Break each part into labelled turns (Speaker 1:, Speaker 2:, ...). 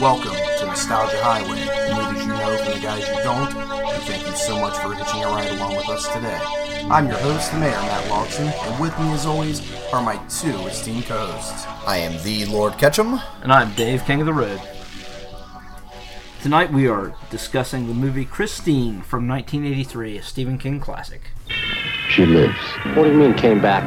Speaker 1: Welcome to Nostalgia Highway, movies you know from the guys you don't, and thank you so much for hitching a ride along with us today. I'm your host, Mayor Matt Logson, and with me as always are my two esteemed co-hosts.
Speaker 2: I am the Lord Ketchum.
Speaker 3: And I'm Dave, King of the Road. Tonight we are discussing the movie Christine from 1983, a Stephen King classic.
Speaker 4: She lives.
Speaker 5: What do you mean came back?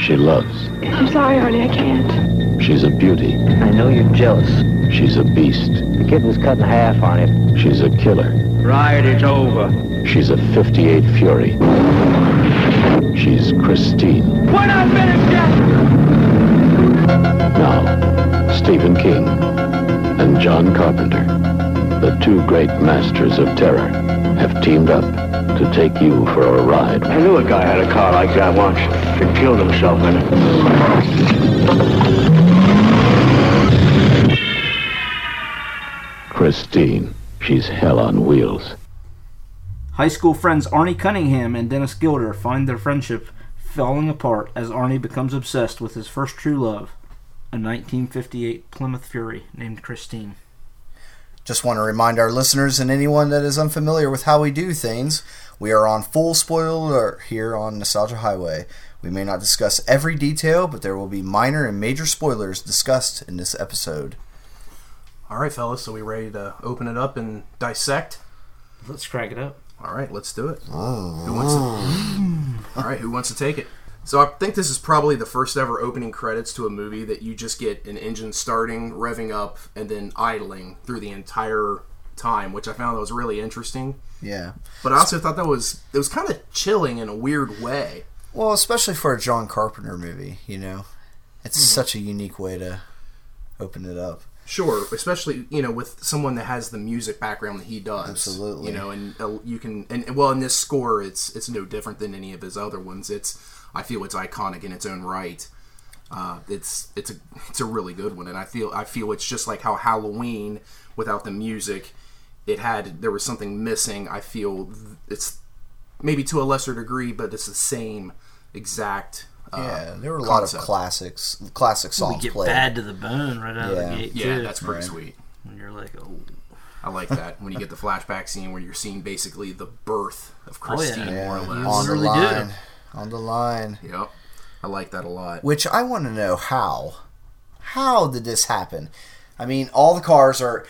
Speaker 4: She loves.
Speaker 6: I'm sorry, Arnie, I can't.
Speaker 4: She's a beauty.
Speaker 5: I know you're jealous.
Speaker 4: She's a beast.
Speaker 5: The kid was cut in half on it.
Speaker 4: She's a killer.
Speaker 5: Right, it's over.
Speaker 4: She's a 58 Fury. She's Christine.
Speaker 5: We're not finished yet!
Speaker 4: Now, Stephen King and John Carpenter, the two great masters of terror, have teamed up to take you for a ride.
Speaker 7: I knew a guy had a car like that once. He killed himself in it.
Speaker 4: Christine. She's hell on wheels.
Speaker 3: High school friends Arnie Cunningham and Dennis Gilder find their friendship falling apart as Arnie becomes obsessed with his first true love, a 1958 Plymouth Fury named Christine.
Speaker 2: Just want to remind our listeners and anyone that is unfamiliar with how we do things, we are on full spoiler alert here on Nostalgia Highway. We may not discuss every detail, but there will be minor and major spoilers discussed in this episode.
Speaker 1: All right, fellas, so we ready to open it up and dissect?
Speaker 3: Let's crack it up.
Speaker 1: All right, let's do it. Who wants to? All right, who wants to take it? So I think this is probably the first ever opening credits to a movie that you just get an engine starting, revving up, and then idling through the entire time, which I found that was really interesting.
Speaker 2: Yeah.
Speaker 1: But I also thought that was it was kind of chilling in a weird way.
Speaker 2: Well, especially for a John Carpenter movie, you know? It's such a unique way to open it up.
Speaker 1: Sure, especially you know with someone that has the music background that he does.
Speaker 2: Absolutely.
Speaker 1: You know, and uh, you can and and, well in this score, it's it's no different than any of his other ones. It's I feel it's iconic in its own right. Uh, it's it's a it's a really good one, and I feel I feel it's just like how Halloween without the music, it had there was something missing. I feel th- it's maybe to a lesser degree, but it's the same exact. Uh,
Speaker 2: Yeah, there were a lot
Speaker 1: concept.
Speaker 2: of classics, classic songs
Speaker 3: We get
Speaker 2: played.
Speaker 3: bad to the bone right out of
Speaker 2: Yeah.
Speaker 3: the gate,
Speaker 1: Yeah,
Speaker 3: too.
Speaker 1: that's pretty sweet.
Speaker 3: when you're like, oh,
Speaker 1: I like that when you get the flashback scene where you're seeing basically the birth of
Speaker 3: Oh, yeah.
Speaker 1: Christine, more or
Speaker 2: Yeah,
Speaker 1: less.
Speaker 2: on the
Speaker 3: Really do.
Speaker 2: line, on the line.
Speaker 1: Yep, I like that a lot.
Speaker 2: Which I want to know how. How did this happen? I mean, all the cars are.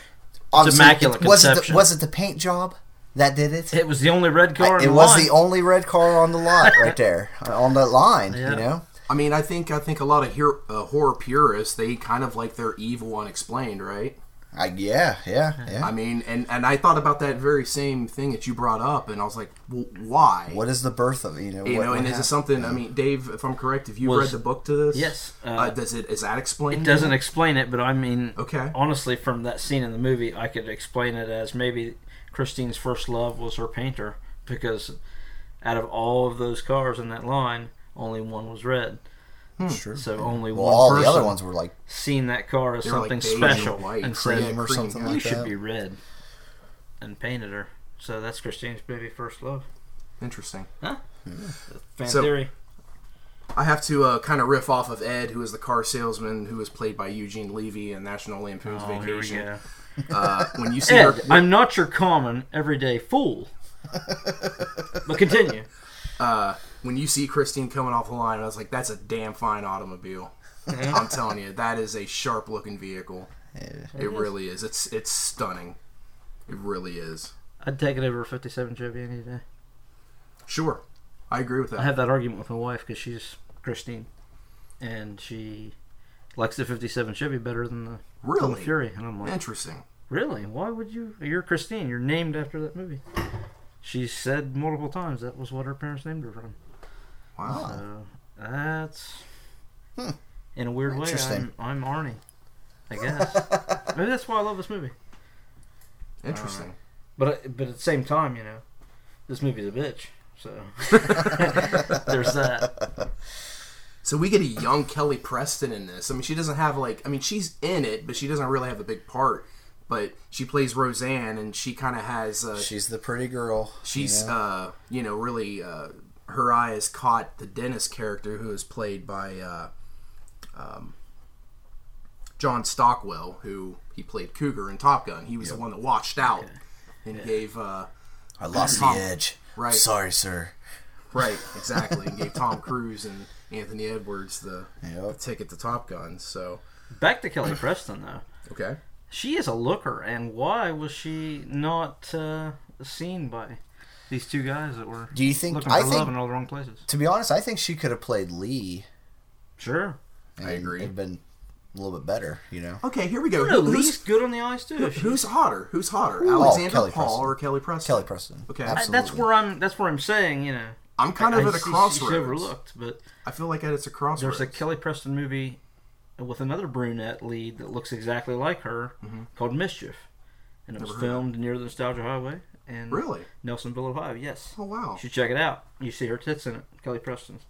Speaker 2: obviously-
Speaker 3: immaculate
Speaker 2: was it, the,
Speaker 3: conception.
Speaker 2: was it the paint job that did it?
Speaker 3: it was the only red
Speaker 2: I-
Speaker 3: car. in
Speaker 2: it was
Speaker 3: line.
Speaker 2: the only red car on the lot right there, on that line.
Speaker 3: Yeah.
Speaker 2: You know,
Speaker 1: I mean, I think I think a lot of hero, uh, horror purists they kind of like their evil unexplained, right?
Speaker 2: I, yeah, yeah, yeah.
Speaker 1: I mean, and and I thought about that very same thing that you brought up, and I was like, well, why?
Speaker 2: what is the birth of you know?
Speaker 1: you
Speaker 2: what,
Speaker 1: know,
Speaker 2: what
Speaker 1: and is it
Speaker 2: happened?
Speaker 1: something? I mean, Dave, if I'm correct, have you
Speaker 3: Was-
Speaker 1: read the book to this?
Speaker 3: Yes,
Speaker 1: Uh,
Speaker 3: uh,
Speaker 1: does it is that explained?
Speaker 3: It doesn't explain it, but I mean,
Speaker 1: Okay.
Speaker 3: Honestly, from that scene in the movie, I could explain it as maybe Christine's first love was her painter because out of all of those cars in that line, only one was red.
Speaker 2: Sure.
Speaker 3: So only
Speaker 2: Hmm. Well,
Speaker 3: one
Speaker 2: all
Speaker 3: person
Speaker 2: the other ones were like
Speaker 3: seen that car as
Speaker 1: They were, like,
Speaker 3: something
Speaker 1: beige and
Speaker 3: special
Speaker 1: white,
Speaker 3: and
Speaker 1: cream
Speaker 3: said,
Speaker 2: or
Speaker 1: cream,
Speaker 2: something
Speaker 1: yeah.
Speaker 3: "You
Speaker 2: like
Speaker 3: should
Speaker 2: that.
Speaker 3: be red," and painted her. So that's Christine's maybe first love.
Speaker 1: Interesting.
Speaker 3: Fan
Speaker 1: So-
Speaker 3: theory.
Speaker 1: I have to uh, kind of riff off of Ed, who is the car salesman, who was played by Eugene Levy in National Lampoon's
Speaker 3: Oh, here we
Speaker 1: Vacation.
Speaker 3: go.
Speaker 1: Uh, when you see her,
Speaker 3: Ed, I'm not your common everyday fool. but continue.
Speaker 1: when you see Christine coming off the line, I was like, "That's a damn fine automobile."
Speaker 3: Mm-hmm.
Speaker 1: I'm telling you, that is a sharp looking vehicle. it really is. It's it's stunning. It really is.
Speaker 3: I'd take it over a 57 Chevy any day.
Speaker 1: Sure, I agree with that.
Speaker 3: I have that argument with my wife because she's Christine, and she likes the '57 Chevy better than the Plymouth
Speaker 1: really
Speaker 3: Fury. And I'm like,
Speaker 1: interesting.
Speaker 3: really? Why would you? You're Christine. You're named after that movie. She said multiple times that was what her parents named her from.
Speaker 1: Wow.
Speaker 3: So that's in a weird way.
Speaker 2: Interesting.
Speaker 3: I'm, I'm Arnie, I guess. Maybe that's why I love this movie.
Speaker 1: Interesting.
Speaker 3: But I- but at the same time, you know, this movie's a bitch. So there's that.
Speaker 1: So we get a young Kelly Preston in this. I mean, she doesn't have like. I mean, she's in it, but she doesn't really have a big part. But she plays Roseanne, and she kind of has. Uh,
Speaker 2: She's the pretty girl.
Speaker 1: she's uh you know really uh her eye has caught the Dennis character who is played by uh um John Stockwell, who he played Cougar in Top Gun. He was the one that watched out and gave uh,
Speaker 2: I lost the
Speaker 1: Tom-
Speaker 2: edge.
Speaker 1: Right.
Speaker 2: Sorry, sir.
Speaker 1: right exactly and gave Tom Cruise and Anthony Edwards the, the
Speaker 2: Yep.
Speaker 1: ticket to Top Gun. So
Speaker 3: Back to Kelly Preston though.
Speaker 1: okay,
Speaker 3: She is a looker, and why was she not uh, seen by these two guys that were
Speaker 2: Do you think-
Speaker 3: looking for
Speaker 2: I
Speaker 3: love
Speaker 2: think-
Speaker 3: in all the wrong places?
Speaker 2: To be honest, I think she could have played Lee.
Speaker 3: Sure.
Speaker 1: I agree.
Speaker 2: It'd been a little bit better, you know.
Speaker 1: okay, here we go.
Speaker 3: No,
Speaker 1: Who-
Speaker 3: Lee's
Speaker 1: who's,
Speaker 3: good on the eyes too. She-
Speaker 1: who's hotter? Who's hotter, Alexander
Speaker 2: Oh, Kelly
Speaker 1: Paul
Speaker 2: Preston.
Speaker 1: or Kelly Preston?
Speaker 2: Kelly Preston.
Speaker 1: Okay.
Speaker 3: I-
Speaker 2: Absolutely.
Speaker 3: that's where I'm. That's where I'm saying. You know,
Speaker 1: I'm kind
Speaker 3: I
Speaker 1: of at a
Speaker 3: see She's
Speaker 1: crossroads.
Speaker 3: overlooked, but
Speaker 1: I feel like it's a crossroads.
Speaker 3: there's a Kelly Preston movie with another brunette lead that looks exactly like her, called Mischief, and it was
Speaker 1: Mm-hmm. heard of
Speaker 3: filmed near the Nostalgia Highway in
Speaker 1: Really?
Speaker 3: Nelsonville, Ohio. Yes.
Speaker 1: Oh wow.
Speaker 3: You should check it out. You see her tits in it, Kelly Preston's.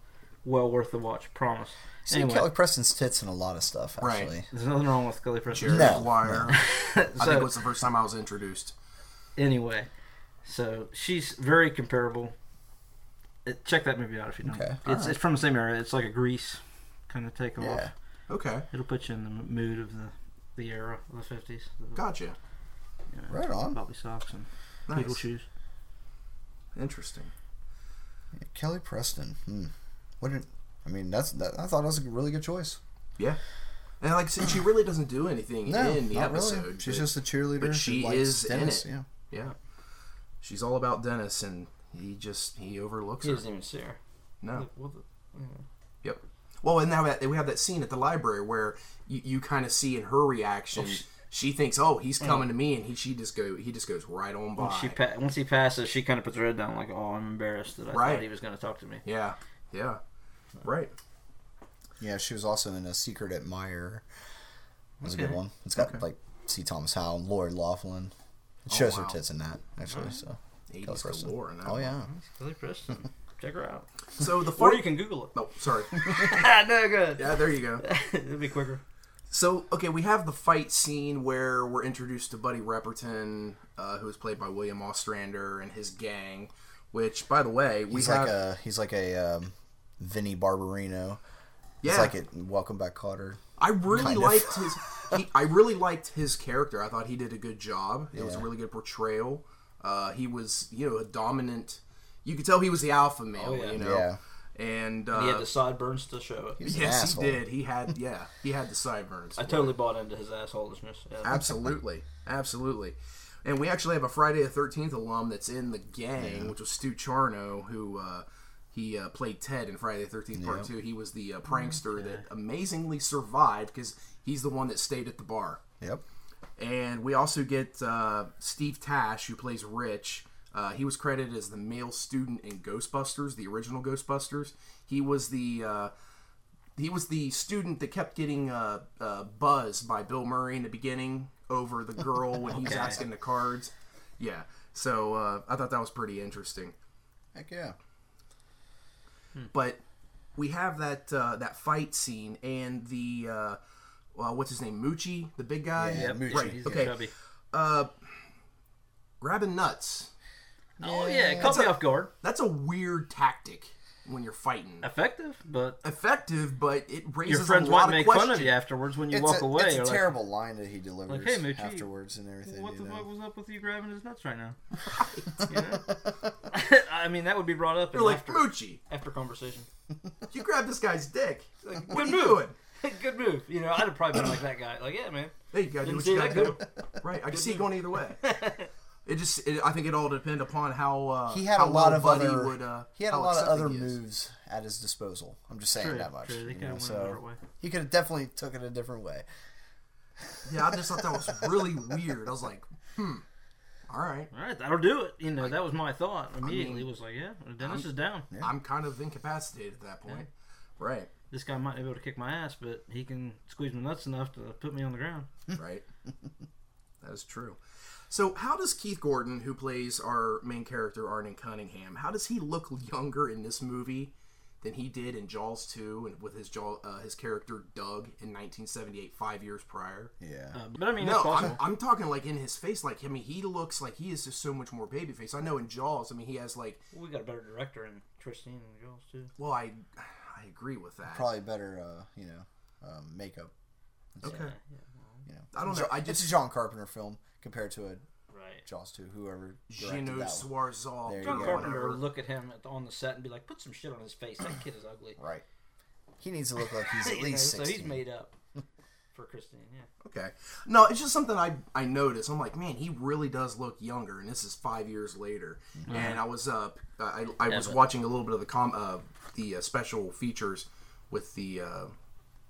Speaker 3: Well worth the watch, promise.
Speaker 2: See,
Speaker 3: anyway,
Speaker 2: Kelly Preston's tits in a lot of stuff,
Speaker 1: Right.
Speaker 2: actually.
Speaker 3: there's nothing wrong with Kelly Preston.
Speaker 1: Jerry
Speaker 2: No,
Speaker 1: Maguire. I think it
Speaker 3: so,
Speaker 1: was the first time I was introduced.
Speaker 3: anyway, so she's very comparable. Uh, Check that movie out if you don't.
Speaker 2: Okay,
Speaker 3: It's,
Speaker 2: all right.
Speaker 3: it's from the same era. It's like a Grease kind of take off.
Speaker 2: Yeah.
Speaker 1: Okay,
Speaker 3: It'll put you in the m- mood of the, the era of the 50s. The,
Speaker 1: gotcha.
Speaker 3: you know,
Speaker 2: Right on.
Speaker 3: Bobby socks and
Speaker 1: Nice.
Speaker 3: poodle shoes.
Speaker 1: Interesting.
Speaker 2: Kelly Preston. Hmm. What did, I mean, that's that, I thought that was a really good choice.
Speaker 1: Yeah. And like I said, she really doesn't do anything
Speaker 2: No,
Speaker 1: in the
Speaker 2: not
Speaker 1: episode.
Speaker 2: really. She's
Speaker 1: but-
Speaker 2: just a cheerleader.
Speaker 1: but
Speaker 2: who
Speaker 1: she
Speaker 2: likes
Speaker 1: is in
Speaker 2: Dennis,
Speaker 1: it.
Speaker 2: Yeah.
Speaker 1: yeah. She's all about Dennis, and he just he overlooks
Speaker 3: He
Speaker 1: her.
Speaker 3: doesn't even see her.
Speaker 1: No.
Speaker 3: Look, what the-
Speaker 1: Yep. Well, and now that we have that scene at the library where you, you kind of see in her reaction, she, thinks, "Oh, he's
Speaker 2: Mm.
Speaker 1: coming to me," and he she just go he just goes right on by.
Speaker 3: Once, she pa- once he passes, she kind of puts her head down, like, "Oh, I'm embarrassed that I
Speaker 1: Right.
Speaker 3: thought he was going to talk to me."
Speaker 1: yeah. Yeah. Right.
Speaker 2: Yeah, she was also in a Secret Admirer. That was a good
Speaker 3: Okay.
Speaker 2: one. It's got
Speaker 1: Okay. Oh,
Speaker 2: like C. Thomas Howell, and Lori Laughlin. It shows
Speaker 1: wow.
Speaker 2: her tits in that actually. So. Kelly
Speaker 1: Eighties
Speaker 2: Preston.
Speaker 1: galore. in that
Speaker 2: Oh
Speaker 1: one.
Speaker 2: yeah.
Speaker 3: Kelly Preston, check her out,
Speaker 1: So the
Speaker 3: or
Speaker 1: funny.
Speaker 3: you can Google it.
Speaker 1: oh, sorry.
Speaker 3: no good.
Speaker 1: Yeah, there you go.
Speaker 3: It'll be quicker.
Speaker 1: So, okay, we have the fight scene where we're introduced to Buddy Repperton, uh, who is played by William Ostrander and his gang. Which, by the way, we
Speaker 2: He's
Speaker 1: have
Speaker 2: like a he's like a um, Vinny Barbarino.
Speaker 1: yeah.
Speaker 2: It's like it. Welcome back, Cotter.
Speaker 1: I really
Speaker 2: kind of.
Speaker 1: liked his. He, I really liked his character. I thought he did a good job. It was a
Speaker 2: Yeah.
Speaker 1: really good portrayal. Uh, he was, you know, a dominant. You could tell he was the alpha male.
Speaker 3: Oh, yeah.
Speaker 1: You know,
Speaker 2: Yeah.
Speaker 1: and
Speaker 3: He had
Speaker 1: uh,
Speaker 3: the sideburns to show it.
Speaker 2: He's an
Speaker 1: yes,
Speaker 2: asshole.
Speaker 1: he did. He had yeah, he had the sideburns.
Speaker 3: I totally bought into his assholishness. Yeah.
Speaker 1: Absolutely, absolutely. And we actually have a Friday the Thirteenth alum that's in the gang, which was Stu Charno, who uh, he uh, played Ted in Friday the Thirteenth Part Two. He was
Speaker 3: Oh,
Speaker 1: the uh, prankster that amazingly survived because he's the one that stayed at the bar.
Speaker 2: Yep.
Speaker 1: And we also get uh, Steve Tash, who plays Rich. Uh, he was credited as the male student in Ghostbusters, the original Ghostbusters. He was the uh, he was the student that kept getting uh, uh, buzzed by Bill Murray in the beginning over the girl when he's asking the cards. Yeah, so uh, I thought that was pretty interesting.
Speaker 2: Heck yeah.
Speaker 1: But we have that uh, that fight scene and the uh, well, what's his name, Moochie, the big guy.
Speaker 2: Yeah, Moochie.
Speaker 1: Right.
Speaker 3: He's
Speaker 1: okay.
Speaker 3: chubby.
Speaker 1: Grabbing nuts.
Speaker 3: Oh yeah, it caught me off guard.
Speaker 1: That's a weird tactic when you're fighting.
Speaker 3: Effective, but
Speaker 1: Effective, but it raises
Speaker 3: your friends
Speaker 1: a lot
Speaker 3: might make
Speaker 1: of questions.
Speaker 3: fun of you afterwards when you
Speaker 2: It's
Speaker 3: walk
Speaker 2: a,
Speaker 3: away.
Speaker 2: it's a
Speaker 3: You're like,
Speaker 2: terrible line that he delivers
Speaker 3: like, "Hey, Moochie,
Speaker 2: afterwards and everything.
Speaker 3: What the
Speaker 2: you know?
Speaker 3: fuck was up with you grabbing his nuts right now? You know? I mean, that would be brought up in
Speaker 1: You're like,
Speaker 3: after,
Speaker 1: Moochie,
Speaker 3: after conversation.
Speaker 1: you grabbed this guy's dick. Like, what are
Speaker 3: Good
Speaker 1: you
Speaker 3: move.
Speaker 1: doing?
Speaker 3: Good move. You know, I'd have probably been like that guy. Like, yeah, man.
Speaker 1: Hey, you gotta do
Speaker 3: Didn't
Speaker 1: what
Speaker 3: see
Speaker 1: you
Speaker 3: that
Speaker 1: gotta do. Right, I can see it going either way. It just, it, I think it all depend upon how uh,
Speaker 2: He had
Speaker 1: how
Speaker 2: a lot
Speaker 1: well
Speaker 2: of
Speaker 1: Buddy
Speaker 2: other
Speaker 1: Would, uh,
Speaker 2: he had a
Speaker 1: how
Speaker 2: lot of
Speaker 1: accepting
Speaker 2: other
Speaker 1: he is.
Speaker 2: moves at his disposal. I'm just saying
Speaker 3: True,
Speaker 2: that much.
Speaker 3: true. They
Speaker 2: you
Speaker 3: could've
Speaker 2: know,
Speaker 3: went
Speaker 2: so
Speaker 3: another way.
Speaker 2: he could have definitely took it a different way.
Speaker 1: Yeah, I just thought that was really weird. I was like, hmm, all right.
Speaker 3: All right, that'll do it. You know, that was my thought immediately. was like, yeah, Dennis is down.
Speaker 1: I'm kind of incapacitated at that point. Right,
Speaker 3: This guy might be able to kick my ass, but he can squeeze my nuts enough to put me on the ground.
Speaker 1: right. that is true. So, how does Keith Gordon, who plays our main character Arnon Cunningham, how does he look younger in this movie than he did in Jaws 2 and with his jaw, uh, his character Doug in 1978, five years prior?
Speaker 2: Yeah.
Speaker 3: Uh, but I mean, it's
Speaker 1: No, I'm,
Speaker 3: possible.
Speaker 1: I'm talking like in his face. Like, I mean, he looks like he is just so much more babyface. I know in Jaws, I mean, he has like,
Speaker 3: we got a better director in Christine and Girls too.
Speaker 1: well, I, I agree with that.
Speaker 2: Probably better, uh, you know, um, makeup.
Speaker 1: Okay.
Speaker 3: Yeah, well,
Speaker 1: I don't know. I
Speaker 2: it's a
Speaker 1: just
Speaker 2: John Carpenter film compared to a
Speaker 3: right.
Speaker 2: Jaws two. Whoever directed
Speaker 1: Gino
Speaker 2: that one.
Speaker 1: Swarzal.
Speaker 2: There you
Speaker 1: or
Speaker 3: John
Speaker 2: go.
Speaker 3: Carpenter
Speaker 1: whatever.
Speaker 3: would look at him at, on the set and be like, "Put some shit on his face. That kid is ugly."
Speaker 2: Right. He needs to look like he's at
Speaker 3: You know,
Speaker 2: least
Speaker 3: so
Speaker 2: sixteen.
Speaker 3: he's made up for Christine. Yeah.
Speaker 1: Okay. No, it's just something I I noticed. I'm like, man, he really does look younger, and this is five years later. And I was up. I, I was
Speaker 3: but-
Speaker 1: watching a little bit of the com uh, the uh, special features with the uh,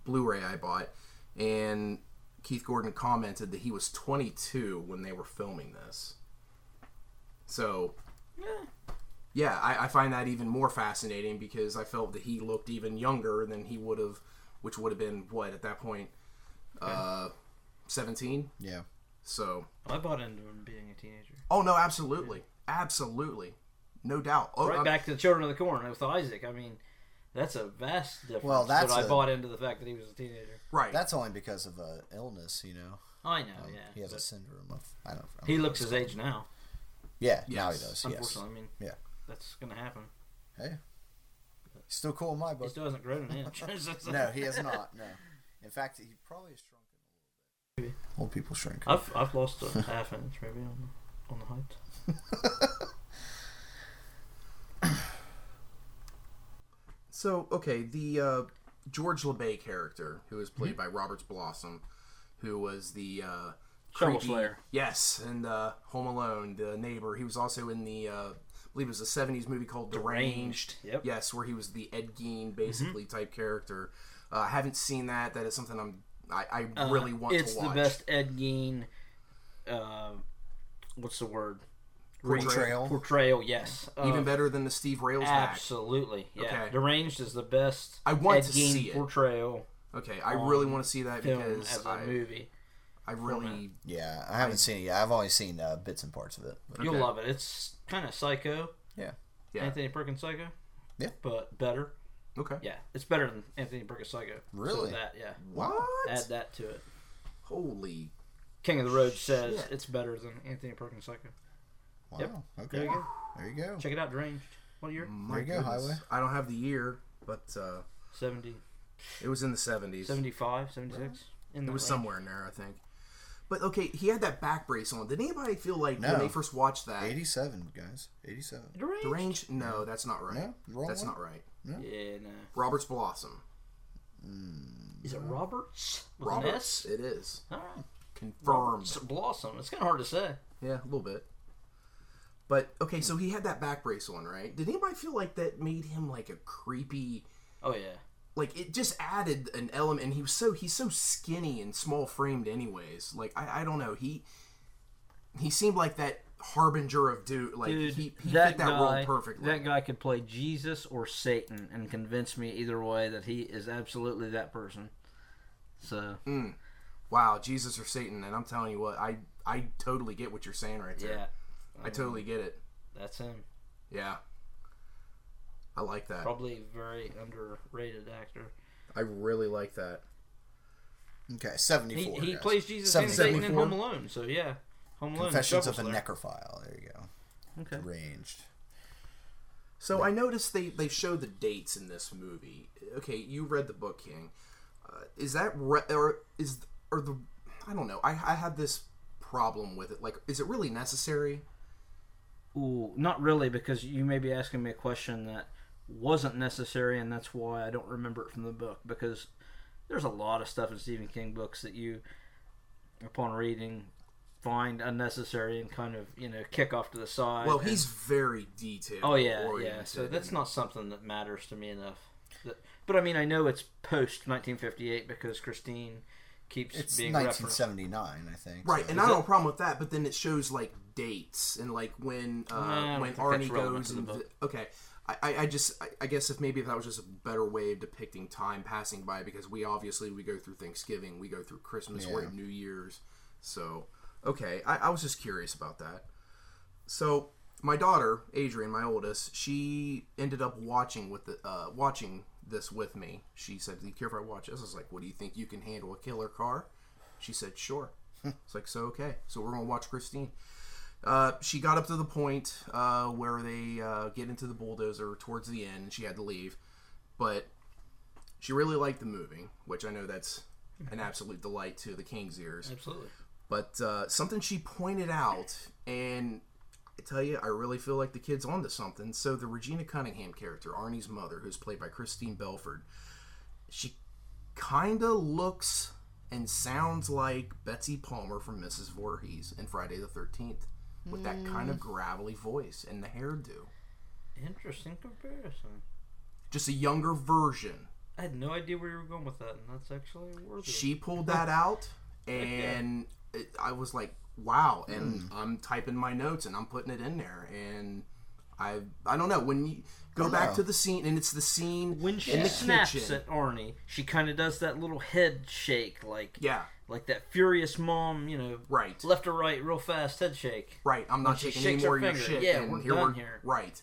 Speaker 1: Blu-ray I bought, and Keith Gordon commented that he was 22 when they were filming this. So. Yeah, I, I find that even more fascinating because I felt that he looked even younger than he would have, which would have been what at that point, uh, 17
Speaker 2: Yeah.
Speaker 1: so
Speaker 3: I bought into him being a teenager.
Speaker 1: oh no absolutely absolutely no doubt oh,
Speaker 3: Right
Speaker 1: I'm-
Speaker 3: back to the Children of the Corn with Isaac. I mean, that's a vast difference.
Speaker 2: Well, that's
Speaker 3: but I
Speaker 2: a-
Speaker 3: bought into the fact that he was a teenager.
Speaker 1: right
Speaker 2: That's only because of uh, illness, you know.
Speaker 3: I know. yeah.
Speaker 2: Um, He has a
Speaker 3: but
Speaker 2: syndrome of I don't. I don't
Speaker 3: he
Speaker 2: know.
Speaker 3: looks his age now.
Speaker 2: Yeah. Now he
Speaker 1: Yes,
Speaker 2: does. Yes.
Speaker 3: Unfortunately, I mean,
Speaker 2: Yeah.
Speaker 3: that's gonna happen.
Speaker 2: Hey. He's still cool in my
Speaker 3: He
Speaker 2: book.
Speaker 3: still hasn't grown an inch.
Speaker 2: No, he has not. No. In fact, he probably has shrunken a little
Speaker 3: Maybe.
Speaker 2: bit. Old people shrink.
Speaker 3: I've I've lost a half inch maybe on on the height.
Speaker 1: so okay the uh, george lebay character who is
Speaker 3: Hmm.
Speaker 1: played by roberts blossom who was the uh
Speaker 3: Shovel
Speaker 1: creepy-
Speaker 3: Slayer.
Speaker 1: yes and uh home alone the neighbor he was also in the uh I believe it was a 70s movie called deranged,
Speaker 3: Deranged, yep. Mm-hmm.
Speaker 1: yes where he was the ed gein basically type character uh, i haven't seen that that is something i'm i, I Uh, really want
Speaker 3: Uh, it's
Speaker 1: to watch
Speaker 3: the best Ed Gein. Uh, what's the word?
Speaker 2: Portrayal.
Speaker 3: Portrayal. Yes.
Speaker 1: even
Speaker 3: of-
Speaker 1: better than the steve rails hack.
Speaker 3: Absolutely. Yeah.
Speaker 1: Okay.
Speaker 3: Deranged is the best.
Speaker 1: I want
Speaker 3: Ed
Speaker 1: to
Speaker 3: Gein
Speaker 1: see it.
Speaker 3: portrayal
Speaker 1: Okay, I really
Speaker 3: on
Speaker 1: want to see that
Speaker 3: film
Speaker 1: because
Speaker 3: as a
Speaker 1: I,
Speaker 3: movie.
Speaker 1: I really
Speaker 2: Yeah, I haven't seen it yet. I've only seen uh, bits and parts of it. But
Speaker 3: You'll
Speaker 1: Okay.
Speaker 3: love it. It's kind of psycho.
Speaker 2: yeah.
Speaker 1: yeah
Speaker 3: Anthony Perkins Psycho.
Speaker 2: Yeah.
Speaker 3: But better.
Speaker 1: okay
Speaker 3: Yeah. It's better than Anthony Perkins Psycho.
Speaker 2: Really?
Speaker 3: So that yeah.
Speaker 1: what
Speaker 3: Add that to it.
Speaker 1: holy
Speaker 3: King of the Road says
Speaker 1: Shit.
Speaker 3: it's better than Anthony Perkins Psycho.
Speaker 2: Wow.
Speaker 3: Yep.
Speaker 2: Okay.
Speaker 3: There you go.
Speaker 2: There you go.
Speaker 3: Check it out. Deranged. What year?
Speaker 1: my
Speaker 2: you go,
Speaker 1: goodness.
Speaker 2: Highway.
Speaker 1: I don't have the year, but uh,
Speaker 3: 70,
Speaker 1: it was in the seventies.
Speaker 3: 75, 76? In
Speaker 1: It
Speaker 3: that
Speaker 1: was
Speaker 3: range.
Speaker 1: somewhere in there, I think. But okay, he had that back brace on. Did anybody feel like
Speaker 2: No.
Speaker 1: when they first watched that?
Speaker 2: 87, guys. 87.
Speaker 3: Deranged.
Speaker 1: The range? No, that's not right.
Speaker 2: No, wrong
Speaker 1: that's
Speaker 2: one.
Speaker 1: not right.
Speaker 3: Yeah, no.
Speaker 1: Robert's Blossom.
Speaker 3: Is it Roberts? With an
Speaker 1: Roberts.
Speaker 3: S?
Speaker 1: It is
Speaker 3: All right.
Speaker 1: confirmed.
Speaker 3: It's Blossom. It's kind of hard to say.
Speaker 1: Yeah, a little bit. But okay, so he had that back brace on, right? Did anybody feel like that made him like a creepy?
Speaker 3: Oh yeah.
Speaker 1: like it just added an element and he was so he's so skinny and small framed anyways like i, I don't know he he seemed like that harbinger of dude like
Speaker 3: Dude,
Speaker 1: he, he
Speaker 3: that,
Speaker 1: fit that
Speaker 3: guy,
Speaker 1: role perfectly
Speaker 3: That guy could play Jesus or Satan and convince me either way that he is absolutely that person. So
Speaker 1: Mm. wow jesus or satan and i'm telling you what i i totally get what you're saying right there
Speaker 3: yeah,
Speaker 1: i totally get it
Speaker 3: that's him.
Speaker 1: yeah i like that
Speaker 3: Probably a very underrated actor.
Speaker 1: i really like that
Speaker 2: Okay,
Speaker 3: He,
Speaker 2: 74.
Speaker 3: he
Speaker 2: guys.
Speaker 3: plays Jesus and Satan in
Speaker 1: 74.
Speaker 3: Home Alone. So yeah, Home Alone.
Speaker 2: Confessions of a
Speaker 3: Shovel
Speaker 2: Necrophile. There you go.
Speaker 3: Slayer. Okay.
Speaker 2: Ranged.
Speaker 1: So I noticed they they show the dates in this movie. Okay, you read the book, King. Uh, is that re- or is or the I don't know. I I had this problem with it. Like, is it really necessary?
Speaker 3: Ooh, not really, because you may be asking me a question that wasn't necessary, and that's why I don't remember it from the book. Because there's a lot of stuff in Stephen King books that you, upon reading, find unnecessary and kind of you know kick off to the side.
Speaker 1: Well,
Speaker 3: and-
Speaker 1: he's very detailed.
Speaker 3: oh yeah yeah. So
Speaker 1: oriented
Speaker 3: that's
Speaker 1: and-
Speaker 3: not something that matters to me enough. That, but I mean, I know it's post 1958 because Christine keeps
Speaker 2: It's
Speaker 3: being referenced.
Speaker 2: 1979, I think.
Speaker 1: right.
Speaker 2: so-
Speaker 1: And I don't have a problem with that, but then it shows like dates and like when uh,
Speaker 3: I don't
Speaker 1: when
Speaker 3: think Ah, that's
Speaker 1: Arnie
Speaker 3: relevant
Speaker 1: goes
Speaker 3: to the
Speaker 1: and vi-
Speaker 3: book.
Speaker 1: okay. I, I I just I, I guess if maybe if that was just a better way of depicting time passing by because we obviously we go through Thanksgiving, we go through Christmas, we're
Speaker 2: Yeah.
Speaker 1: at New Year's, so okay. I, I was just curious about that. So my daughter Adrian, my oldest, she ended up watching with the uh, watching this with me. She said, "Do you care if I watch this?" I was like, "What do you think you can handle a killer car?" She said, "Sure." it's like so okay. So we're gonna watch Christine. Uh, she got up to the point uh, where they uh, get into the bulldozer towards the end, and she had to leave. But she really liked the movie, which I know that's an absolute delight to the king's ears.
Speaker 3: Absolutely.
Speaker 1: But uh, something she pointed out, and I tell you, I really feel like the kid's onto something. So the Regina Cunningham character, Arnie's mother, who's played by Christine Belford, she kind of looks and sounds like Betsy Palmer from Mrs. Voorhees in Friday the 13th with that kind of gravelly voice and the hairdo.
Speaker 3: Interesting comparison.
Speaker 1: Just a younger version.
Speaker 3: I had no idea where you were going with that, and that's actually worth it.
Speaker 1: She pulled that out, and it, I was like, "Wow!" And I'm typing my notes and I'm putting it in there, and I I don't know when you go back
Speaker 2: know.
Speaker 1: to the scene, and it's the scene
Speaker 3: When she
Speaker 1: in the
Speaker 3: snaps
Speaker 1: kitchen.
Speaker 3: at Arnie, she kind of does that little head shake, like
Speaker 1: Yeah,
Speaker 3: like that furious mom, you know,
Speaker 1: Right.
Speaker 3: left or right, real fast head shake.
Speaker 1: right. I'm
Speaker 3: When
Speaker 1: not
Speaker 3: she
Speaker 1: taking any
Speaker 3: shakes her
Speaker 1: more of your
Speaker 3: finger,
Speaker 1: shit.
Speaker 3: yeah,
Speaker 1: and
Speaker 3: we're
Speaker 1: here
Speaker 3: done
Speaker 1: we're
Speaker 3: here.
Speaker 1: right.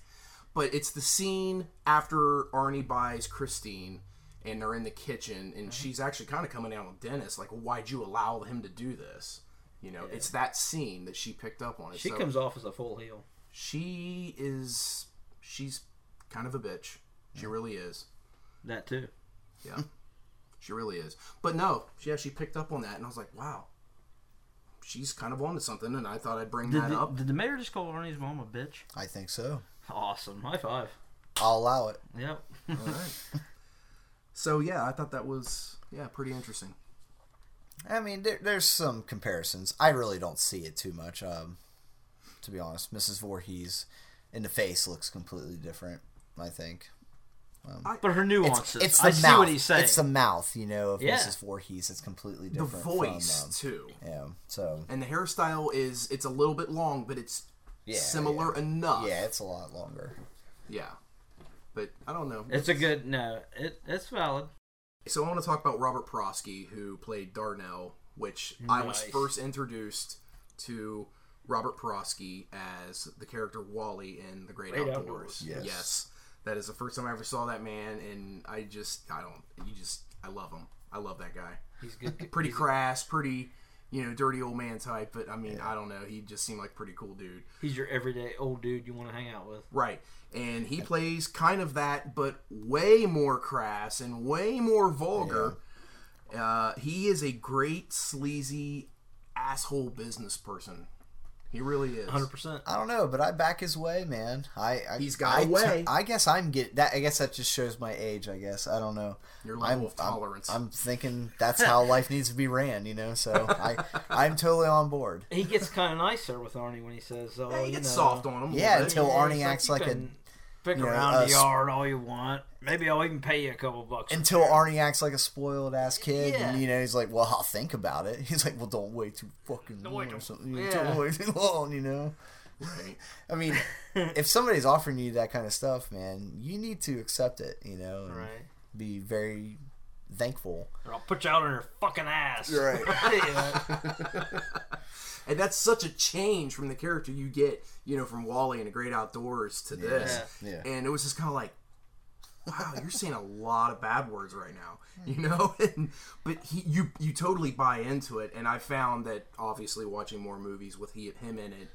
Speaker 1: But it's the scene after Arnie buys Christine. And they're in the kitchen,
Speaker 3: Mm-hmm.
Speaker 1: and she's actually kind of coming down with Dennis. Like, why'd you allow him to do this? You know, it's that scene that she picked up on. It.
Speaker 3: She
Speaker 1: So-
Speaker 3: comes off as a full heel.
Speaker 1: she is she's kind of a bitch she really is
Speaker 3: That too.
Speaker 1: yeah she really is but no she actually picked up on that and i was like wow she's kind of onto something and i thought i'd bring
Speaker 3: Did
Speaker 1: that
Speaker 3: the,
Speaker 1: up
Speaker 3: did the mayor just call Arnie's mom a bitch?
Speaker 2: I think so.
Speaker 3: Awesome. High five.
Speaker 2: I'll allow it.
Speaker 3: Yep.
Speaker 1: so yeah i thought that was yeah pretty interesting
Speaker 2: I mean, there, there's some comparisons. I really don't see it too much. Um, to be honest, Mrs. Voorhees in the face looks completely different. I think
Speaker 3: But her
Speaker 2: it's,
Speaker 3: nuances.
Speaker 2: it's the
Speaker 3: I
Speaker 2: mouth.
Speaker 3: see what he's saying.
Speaker 2: It's the mouth, you know, of
Speaker 3: Yeah.
Speaker 2: Mrs. Voorhees. It's completely
Speaker 1: the
Speaker 2: different.
Speaker 1: voice
Speaker 2: from, um,
Speaker 1: too
Speaker 2: yeah. So
Speaker 1: and the hairstyle is it's a little bit long but it's
Speaker 2: Yeah,
Speaker 1: similar enough
Speaker 2: yeah, it's a lot longer.
Speaker 1: yeah but i don't know
Speaker 3: it's a good no. It it's valid.
Speaker 1: So I want to talk about Robert Prosky, who played Darnell, which I was
Speaker 3: Nice.
Speaker 1: first introduced to Robert Prosky as the character Wally in The Great,
Speaker 3: Great
Speaker 1: Outdoors.
Speaker 3: Outdoors.
Speaker 2: Yes.
Speaker 1: that is the first time I ever saw that man, and I just, I don't, you just, I love him. I love that guy.
Speaker 3: He's good.
Speaker 1: Pretty crass, pretty, you know, dirty old man type, but I mean, I don't know. He just seemed like a pretty cool dude.
Speaker 3: He's your everyday old dude you want to hang out with.
Speaker 1: Right. And he plays kind of that, but way more crass and way more vulgar. Uh, he is a great, sleazy, asshole business person. He really is.
Speaker 3: Hundred percent.
Speaker 2: I don't know, but I back his way, man. I, I
Speaker 1: He's got
Speaker 2: I
Speaker 1: a way.
Speaker 2: I guess I'm get that. I guess that just shows my age. I guess I don't know.
Speaker 1: Your
Speaker 2: I'm,
Speaker 1: level of tolerance.
Speaker 2: I'm, I'm thinking that's how life needs to be ran, you know. So I, I'm totally on board.
Speaker 3: He gets kind of nicer with Arnie when he says, "Oh,
Speaker 1: yeah, he
Speaker 3: you
Speaker 1: gets
Speaker 3: know,
Speaker 1: soft on him. a
Speaker 2: Yeah,
Speaker 1: little bit.
Speaker 2: until
Speaker 3: Yeah,
Speaker 2: Arnie
Speaker 3: it's
Speaker 2: acts
Speaker 3: you
Speaker 2: like a-
Speaker 3: can pick
Speaker 2: you know,
Speaker 3: around
Speaker 2: a
Speaker 3: the
Speaker 2: s-
Speaker 3: yard all you want. Maybe I'll even pay you a couple bucks.
Speaker 2: Until Arnie acts like a spoiled ass kid,
Speaker 3: Yeah.
Speaker 2: and you know he's like, "Well, I'll think about it." He's like, "Well, don't wait too fucking
Speaker 3: Don't wait
Speaker 2: long, or
Speaker 3: too-
Speaker 2: something. You know,
Speaker 3: yeah.
Speaker 2: Don't wait too long, you know."
Speaker 1: Right.
Speaker 2: I mean, if somebody's offering you that kind of stuff, man, you need to accept it, you know, and
Speaker 3: right?
Speaker 2: be very thankful.
Speaker 3: Or I'll put you out on your fucking ass.
Speaker 2: Right.
Speaker 3: Yeah.
Speaker 1: And that's such a change from the character you get, you know, from Wally and A Great Outdoors to this.
Speaker 2: Yeah.
Speaker 1: And it was just kind of like, wow, you're saying a lot of bad words right now, you know. And, but he, you, you totally buy into it. And I found that obviously watching more movies with he, him in it,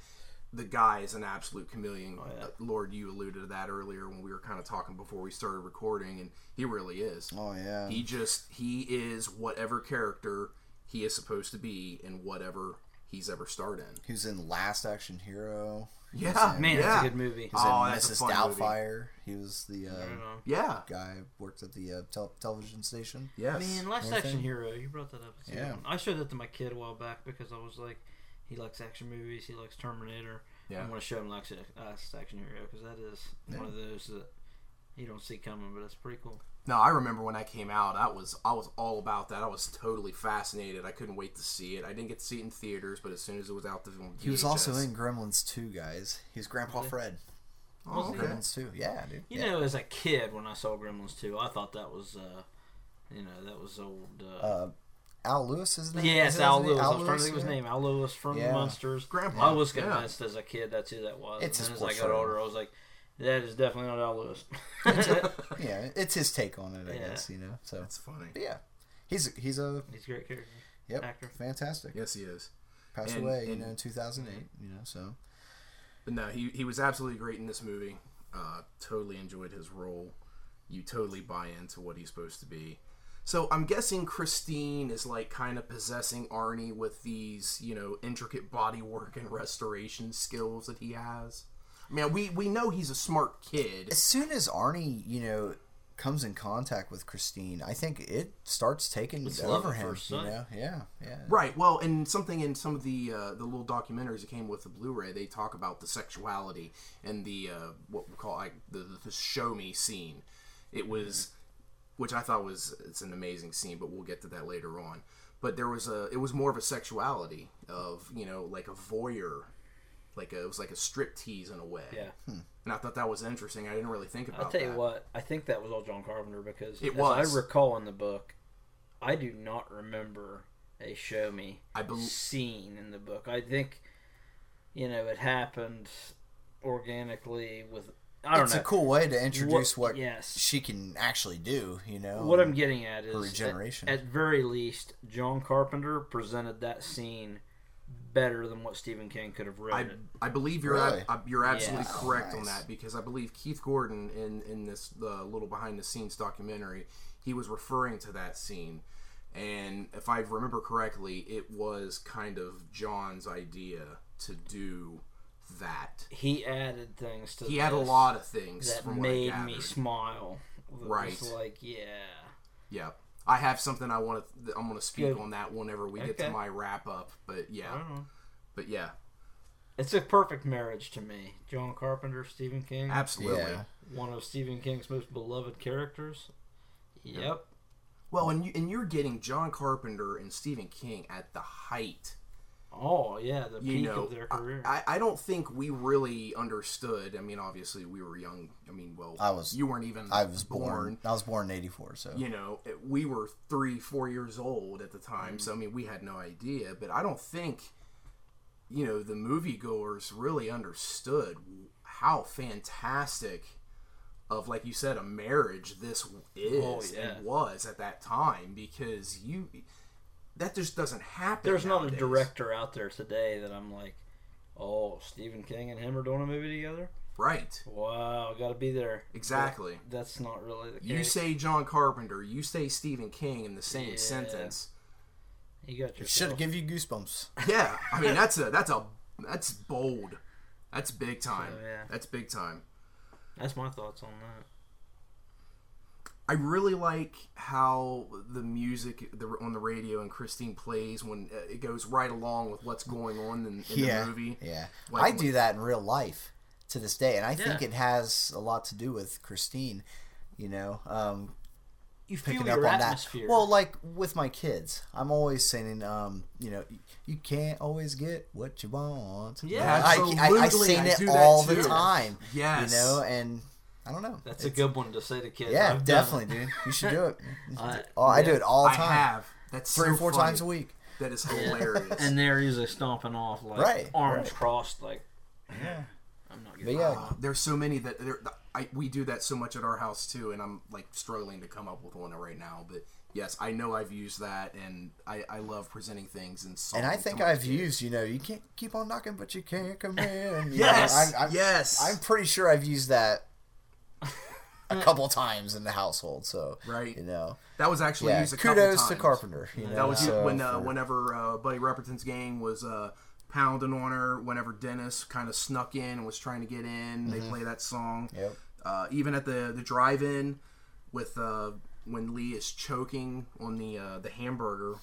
Speaker 1: the guy is an absolute chameleon.
Speaker 2: Oh,
Speaker 3: yeah.
Speaker 1: Uh, Lord, you alluded to that earlier when we were kind of talking before we started recording, and he really is.
Speaker 2: Oh yeah.
Speaker 1: He just he is whatever character he is supposed to be in whatever he's ever starred in.
Speaker 2: Who's in Last Action Hero?
Speaker 1: Yeah,
Speaker 3: Man,
Speaker 1: yeah.
Speaker 3: that's a good movie.
Speaker 2: He's
Speaker 1: Oh,
Speaker 2: in
Speaker 1: that's a
Speaker 2: Mrs.
Speaker 1: fun movie.
Speaker 2: Doubtfire. He was the
Speaker 3: I don't
Speaker 2: um,
Speaker 3: know.
Speaker 1: Yeah,
Speaker 2: guy who worked at the uh, tel- television station.
Speaker 1: yes.
Speaker 3: Man, Last
Speaker 2: Anything?
Speaker 3: Action Hero. You brought that up. It's a good
Speaker 2: Yeah.
Speaker 3: one. I showed that to my kid a while back because I was like, he likes action movies. He likes Terminator.
Speaker 1: Yeah.
Speaker 3: I want to show him Last Ac- Last Action Hero because that is one of those that you don't see coming, but it's pretty cool.
Speaker 1: No, I remember when that came out. I was I was all about that. I was totally fascinated. I couldn't wait to see it. I didn't get to see it in theaters, but as soon as it was out, the
Speaker 2: He was also in Gremlins 2, guys. He was Grandpa Fred.
Speaker 1: Oh, okay.
Speaker 2: Gremlins 2. Yeah, dude.
Speaker 3: You
Speaker 2: yeah.
Speaker 3: know, as a kid, when I saw Gremlins 2, I thought that was, uh, you know, that was old. Uh,
Speaker 2: Uh, Al Lewis, isn't it?
Speaker 3: Yes,
Speaker 2: Is that
Speaker 3: Al
Speaker 2: his name?
Speaker 3: Lewis. I was trying to think of his
Speaker 2: yeah.
Speaker 3: name. Al Lewis from
Speaker 2: Yeah.
Speaker 3: the Monsters.
Speaker 1: Grandpa,
Speaker 3: I was
Speaker 1: yeah.
Speaker 3: convinced as a kid that's who that was.
Speaker 2: It's
Speaker 3: and then as
Speaker 2: his
Speaker 3: I got
Speaker 2: portrayal.
Speaker 3: older, I was like, that is definitely not Al Lewis.
Speaker 2: Yeah, it's his take on it, I
Speaker 3: Yeah.
Speaker 2: guess, you know. So,
Speaker 1: That's funny.
Speaker 2: but yeah. He's he's a
Speaker 3: He's a great character.
Speaker 2: yep,
Speaker 3: Actor.
Speaker 2: fantastic.
Speaker 1: Yes, he is.
Speaker 2: Passed
Speaker 1: And-
Speaker 2: away, you
Speaker 1: and-
Speaker 2: know, in 2008, you know, so
Speaker 1: But no, he he was absolutely great in this movie. Uh, totally enjoyed his role. You totally buy into what he's supposed to be. So I'm guessing Christine is like kind of possessing Arnie with these, you know, intricate body work and restoration skills that he has. I mean, we we know he's a smart kid.
Speaker 2: As soon as Arnie, you know, comes in contact with Christine, I think it starts taking
Speaker 3: It's love
Speaker 2: over
Speaker 3: at
Speaker 2: him.
Speaker 3: first
Speaker 2: you
Speaker 3: sight.
Speaker 2: know, yeah, yeah.
Speaker 1: Right. Well, and something in some of the uh, the little documentaries that came with the Blu-ray, they talk about the sexuality and the uh, what we call like the, the show me scene. It was,
Speaker 3: Mm-hmm.
Speaker 1: which I thought was it's an amazing scene, but we'll get to that later on. But there was a it was more of a sexuality of you know like a voyeur, like a, it was like a strip tease in a way.
Speaker 3: Yeah.
Speaker 1: And I thought that was interesting. I didn't really think about.
Speaker 3: I'll tell
Speaker 1: that.
Speaker 3: you what, I think that was all John Carpenter because
Speaker 1: It
Speaker 3: as
Speaker 1: was.
Speaker 3: I recall in the book, I do not remember a show me
Speaker 1: I bel-
Speaker 3: scene in the book. I think you know it happened organically with I don't
Speaker 2: It's
Speaker 3: know.
Speaker 2: a cool way to introduce what,
Speaker 3: yes.
Speaker 2: she can actually do. You
Speaker 1: um,
Speaker 2: know,
Speaker 3: what I'm getting at is
Speaker 2: regeneration.
Speaker 3: At, at very least, John Carpenter presented that scene better than what Stephen King could have
Speaker 1: I,
Speaker 3: written.
Speaker 1: I believe you're
Speaker 2: Really?
Speaker 1: ab- ab- you're absolutely
Speaker 3: Yeah.
Speaker 1: correct on
Speaker 2: Nice.
Speaker 1: that because I believe Keith Gordon in in this the little behind the scenes documentary he was referring to that scene and if I remember correctly it was kind of John's idea to do that
Speaker 3: it. He added things to
Speaker 1: he had a
Speaker 3: this
Speaker 1: lot of things
Speaker 3: that
Speaker 1: from
Speaker 3: made
Speaker 1: what I
Speaker 3: me
Speaker 1: gathered.
Speaker 3: smile. That was
Speaker 1: Right.
Speaker 3: like yeah.
Speaker 1: yeah I have something I want to I'm going to speak
Speaker 3: Good.
Speaker 1: on that whenever we get to
Speaker 3: Okay.
Speaker 1: my wrap up but
Speaker 3: I
Speaker 1: yeah
Speaker 3: don't know.
Speaker 1: but yeah
Speaker 3: It's a perfect marriage to me. John Carpenter, Stephen King,
Speaker 1: absolutely
Speaker 2: Yeah.
Speaker 3: one of Stephen King's most beloved characters. Yep.
Speaker 1: well and you and you're getting John Carpenter and Stephen King at the height
Speaker 3: Oh yeah, the
Speaker 1: you
Speaker 3: peak
Speaker 1: know,
Speaker 3: of their
Speaker 1: I-
Speaker 3: career.
Speaker 1: I, I don't think we really understood. I mean, obviously we were young. I mean, well,
Speaker 2: I was-
Speaker 1: You weren't even.
Speaker 2: I was born. I was born in '84, so
Speaker 1: You know, it- we were three, four years old at the time.
Speaker 3: Mm.
Speaker 1: So I mean, we had no idea. But I don't think, you know, the moviegoers really understood how fantastic of like you said a marriage this is
Speaker 3: Oh, yeah.
Speaker 1: and was at that time because you that just doesn't happen
Speaker 3: There's not a
Speaker 1: nowadays.
Speaker 3: director out there today that I'm like, oh, Stephen King and him are doing a movie together.
Speaker 1: right
Speaker 3: Wow, got to be there.
Speaker 1: exactly
Speaker 3: But that's not really the case.
Speaker 1: You say John Carpenter, you say Stephen King in the same
Speaker 3: Yeah.
Speaker 1: sentence.
Speaker 3: you got
Speaker 2: it should
Speaker 3: yourself.
Speaker 2: give you goosebumps.
Speaker 1: Yeah, I mean that's a that's a that's bold. That's big time.
Speaker 3: So, yeah.
Speaker 1: That's big time.
Speaker 3: That's my thoughts on that.
Speaker 1: I really like how the music the, on the radio and Christine plays when uh, it goes right along with what's going on in, in
Speaker 2: yeah,
Speaker 1: the movie.
Speaker 2: yeah.
Speaker 1: Like-
Speaker 2: I do that in real life to this day, and I think
Speaker 3: Yeah.
Speaker 2: it has a lot to do with Christine. You know, um,
Speaker 3: You feel
Speaker 2: picking
Speaker 3: your
Speaker 2: up on
Speaker 3: atmosphere.
Speaker 2: that. Well, like with my kids, I'm always singing. Um, you know, y- you can't always get what you want.
Speaker 3: Yeah.
Speaker 2: I, I, I
Speaker 1: Absolutely,
Speaker 2: sing
Speaker 1: I
Speaker 2: it
Speaker 1: do that
Speaker 2: all the
Speaker 1: too.
Speaker 2: time.
Speaker 1: Yes.
Speaker 2: you know, and I don't know.
Speaker 3: that's a
Speaker 2: It's-
Speaker 3: good one to say to kids.
Speaker 2: Yeah,
Speaker 3: I've done
Speaker 2: definitely,
Speaker 3: it.
Speaker 2: dude. You should do it.
Speaker 3: I-
Speaker 2: oh, I do
Speaker 3: yeah.
Speaker 2: it all the
Speaker 1: I
Speaker 2: time,
Speaker 1: have. That's
Speaker 2: three
Speaker 1: so
Speaker 2: or four
Speaker 1: funny.
Speaker 2: times a week.
Speaker 1: That is hilarious.
Speaker 3: And they're usually stomping off like
Speaker 2: Right,
Speaker 3: arms
Speaker 2: right.
Speaker 3: crossed, like I'm not
Speaker 2: But
Speaker 3: getting.
Speaker 2: yeah,
Speaker 1: Uh, there's so many that there, I, we do that so much at our house too, and I'm like struggling to come up with one right now. But yes, I know I've used that, and I, I love presenting things and song
Speaker 2: and I
Speaker 1: to
Speaker 2: think
Speaker 1: my
Speaker 2: I've
Speaker 1: kids.
Speaker 2: used. You know, you can't keep on knocking, but you can't come in. You
Speaker 1: yes,
Speaker 2: know, I'm, I'm,
Speaker 1: yes,
Speaker 2: I'm pretty sure I've used that a couple times in the household. So
Speaker 1: Right.
Speaker 2: you know.
Speaker 1: that was actually
Speaker 2: yeah,
Speaker 1: used a couple
Speaker 2: kudos to
Speaker 1: times.
Speaker 2: Carpenter. You know,
Speaker 1: That was
Speaker 2: so
Speaker 1: when uh,
Speaker 2: for-
Speaker 1: whenever uh, Buddy Repperton's gang was uh, pounding on her. Whenever Dennis kind of snuck in and was trying to get in, they play that song.
Speaker 2: Mm-hmm. Yep.
Speaker 1: Uh, even at the the drive-in with uh, when Lee is choking on the uh, the hamburger.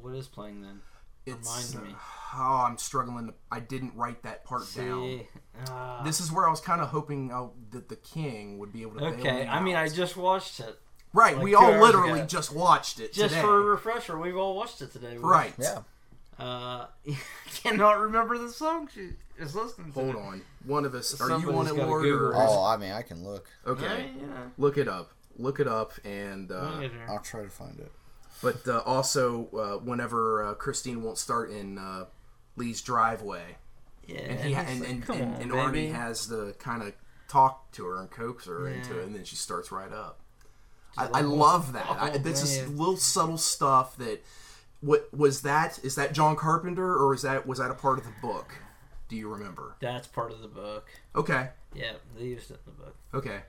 Speaker 3: What is playing then?
Speaker 1: It's,
Speaker 3: Remind me.
Speaker 1: Oh, I'm struggling. To, I didn't write that part down.
Speaker 3: See, ah,
Speaker 1: This is where I was kind of hoping uh, that the king would be able to. bail
Speaker 3: okay,
Speaker 1: me
Speaker 3: I mean,
Speaker 1: out.
Speaker 3: I just watched it.
Speaker 1: right.
Speaker 3: like
Speaker 1: we
Speaker 3: two
Speaker 1: all
Speaker 3: hours
Speaker 1: literally
Speaker 3: ago.
Speaker 1: just watched it
Speaker 3: Just
Speaker 1: today.
Speaker 3: for a refresher, we've all watched it today.
Speaker 1: right.
Speaker 2: Yeah.
Speaker 3: Uh, cannot remember the song she is listening to.
Speaker 1: Hold on. One of us. Are you on
Speaker 3: Somebody's
Speaker 1: it,
Speaker 3: gotta
Speaker 1: Lord?
Speaker 3: Google
Speaker 1: or-
Speaker 3: it.
Speaker 2: Oh, I mean, I can look.
Speaker 1: Okay.
Speaker 3: Right, yeah.
Speaker 1: Look it up. Look it up. And uh,
Speaker 3: Later.
Speaker 2: I'll try to find it.
Speaker 1: but uh, also uh, whenever uh, Christine won't start in uh, Lee's driveway,
Speaker 3: Yeah,
Speaker 1: and he ha-
Speaker 3: it's
Speaker 1: and,
Speaker 3: like,
Speaker 1: and,
Speaker 3: come
Speaker 1: and,
Speaker 3: on,
Speaker 1: and Arnie
Speaker 3: baby.
Speaker 1: has the kind of talk to her and coax her into
Speaker 3: Yeah. Oh,
Speaker 1: it, and then she starts right up. I,
Speaker 3: the
Speaker 1: I
Speaker 3: whole-
Speaker 1: love that.
Speaker 3: the
Speaker 1: I,
Speaker 3: whole
Speaker 1: this is
Speaker 3: thing.
Speaker 1: little subtle stuff that. What was that? Is that John Carpenter or is that was that a part of the book? Do you remember?
Speaker 3: That's part of the book.
Speaker 1: Okay,
Speaker 3: Yeah, they used it in the book.
Speaker 1: okay.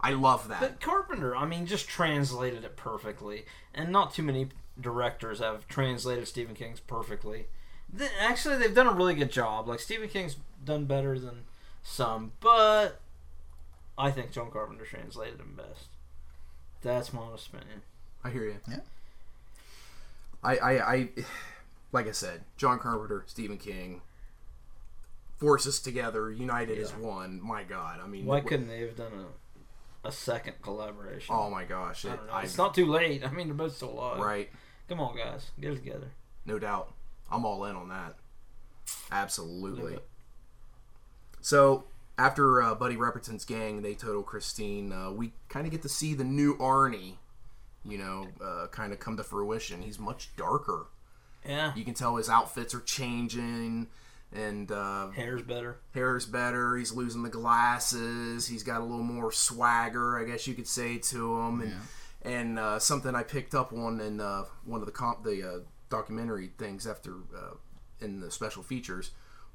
Speaker 1: I love that.
Speaker 3: But Carpenter, I mean, just translated it perfectly, and not too many directors have translated Stephen King's perfectly. Th- Actually, they've done a really good job. Like Stephen King's done better than some, but I think John Carpenter translated him best. That's my honest opinion.
Speaker 1: I hear you.
Speaker 2: Yeah.
Speaker 1: I, I, I, like I said, John Carpenter, Stephen King, forces together, united as
Speaker 3: Yeah.
Speaker 1: one. My God, I mean,
Speaker 3: Why
Speaker 1: wh-
Speaker 3: couldn't they have done a, a second collaboration?
Speaker 1: Oh my gosh,
Speaker 3: I
Speaker 1: it,
Speaker 3: don't know.
Speaker 1: I,
Speaker 3: It's not too late. I mean, they're both still alive.
Speaker 1: right,
Speaker 3: Come on, guys, get it together.
Speaker 1: no doubt. I'm all in on that. Absolutely.
Speaker 3: Do it.
Speaker 1: So after uh, Buddy Repperton's gang, they total Christine. Uh, we kind of get to see the new Arnie, you know, uh, kind of come to fruition. He's much darker.
Speaker 3: Yeah,
Speaker 1: You can tell his outfits are changing, and uh,
Speaker 3: hair's better.
Speaker 1: hair's better. He's losing the glasses. He's got a little more swagger, I guess you could say, to him. And and uh, something I picked up on in uh, one of the comp the uh, documentary things after uh, in the special features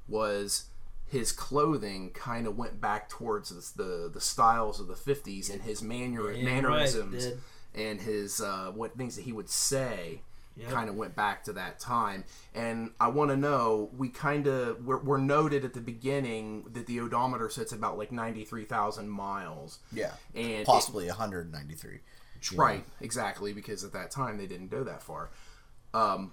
Speaker 1: was his clothing kind of went back towards the, the the styles of the 50s and his manner
Speaker 3: Yeah, right, it
Speaker 1: mannerisms
Speaker 3: did.
Speaker 1: and his uh, what things that he would say
Speaker 3: Yep.
Speaker 1: kind of went back to that time. And I want to know we kind of we're, we're noted at the beginning that the odometer sits about like ninety three thousand miles.
Speaker 2: Yeah.
Speaker 1: And it-
Speaker 2: Possibly 193.
Speaker 1: Right, exactly, because at that time they didn't go that far. Um,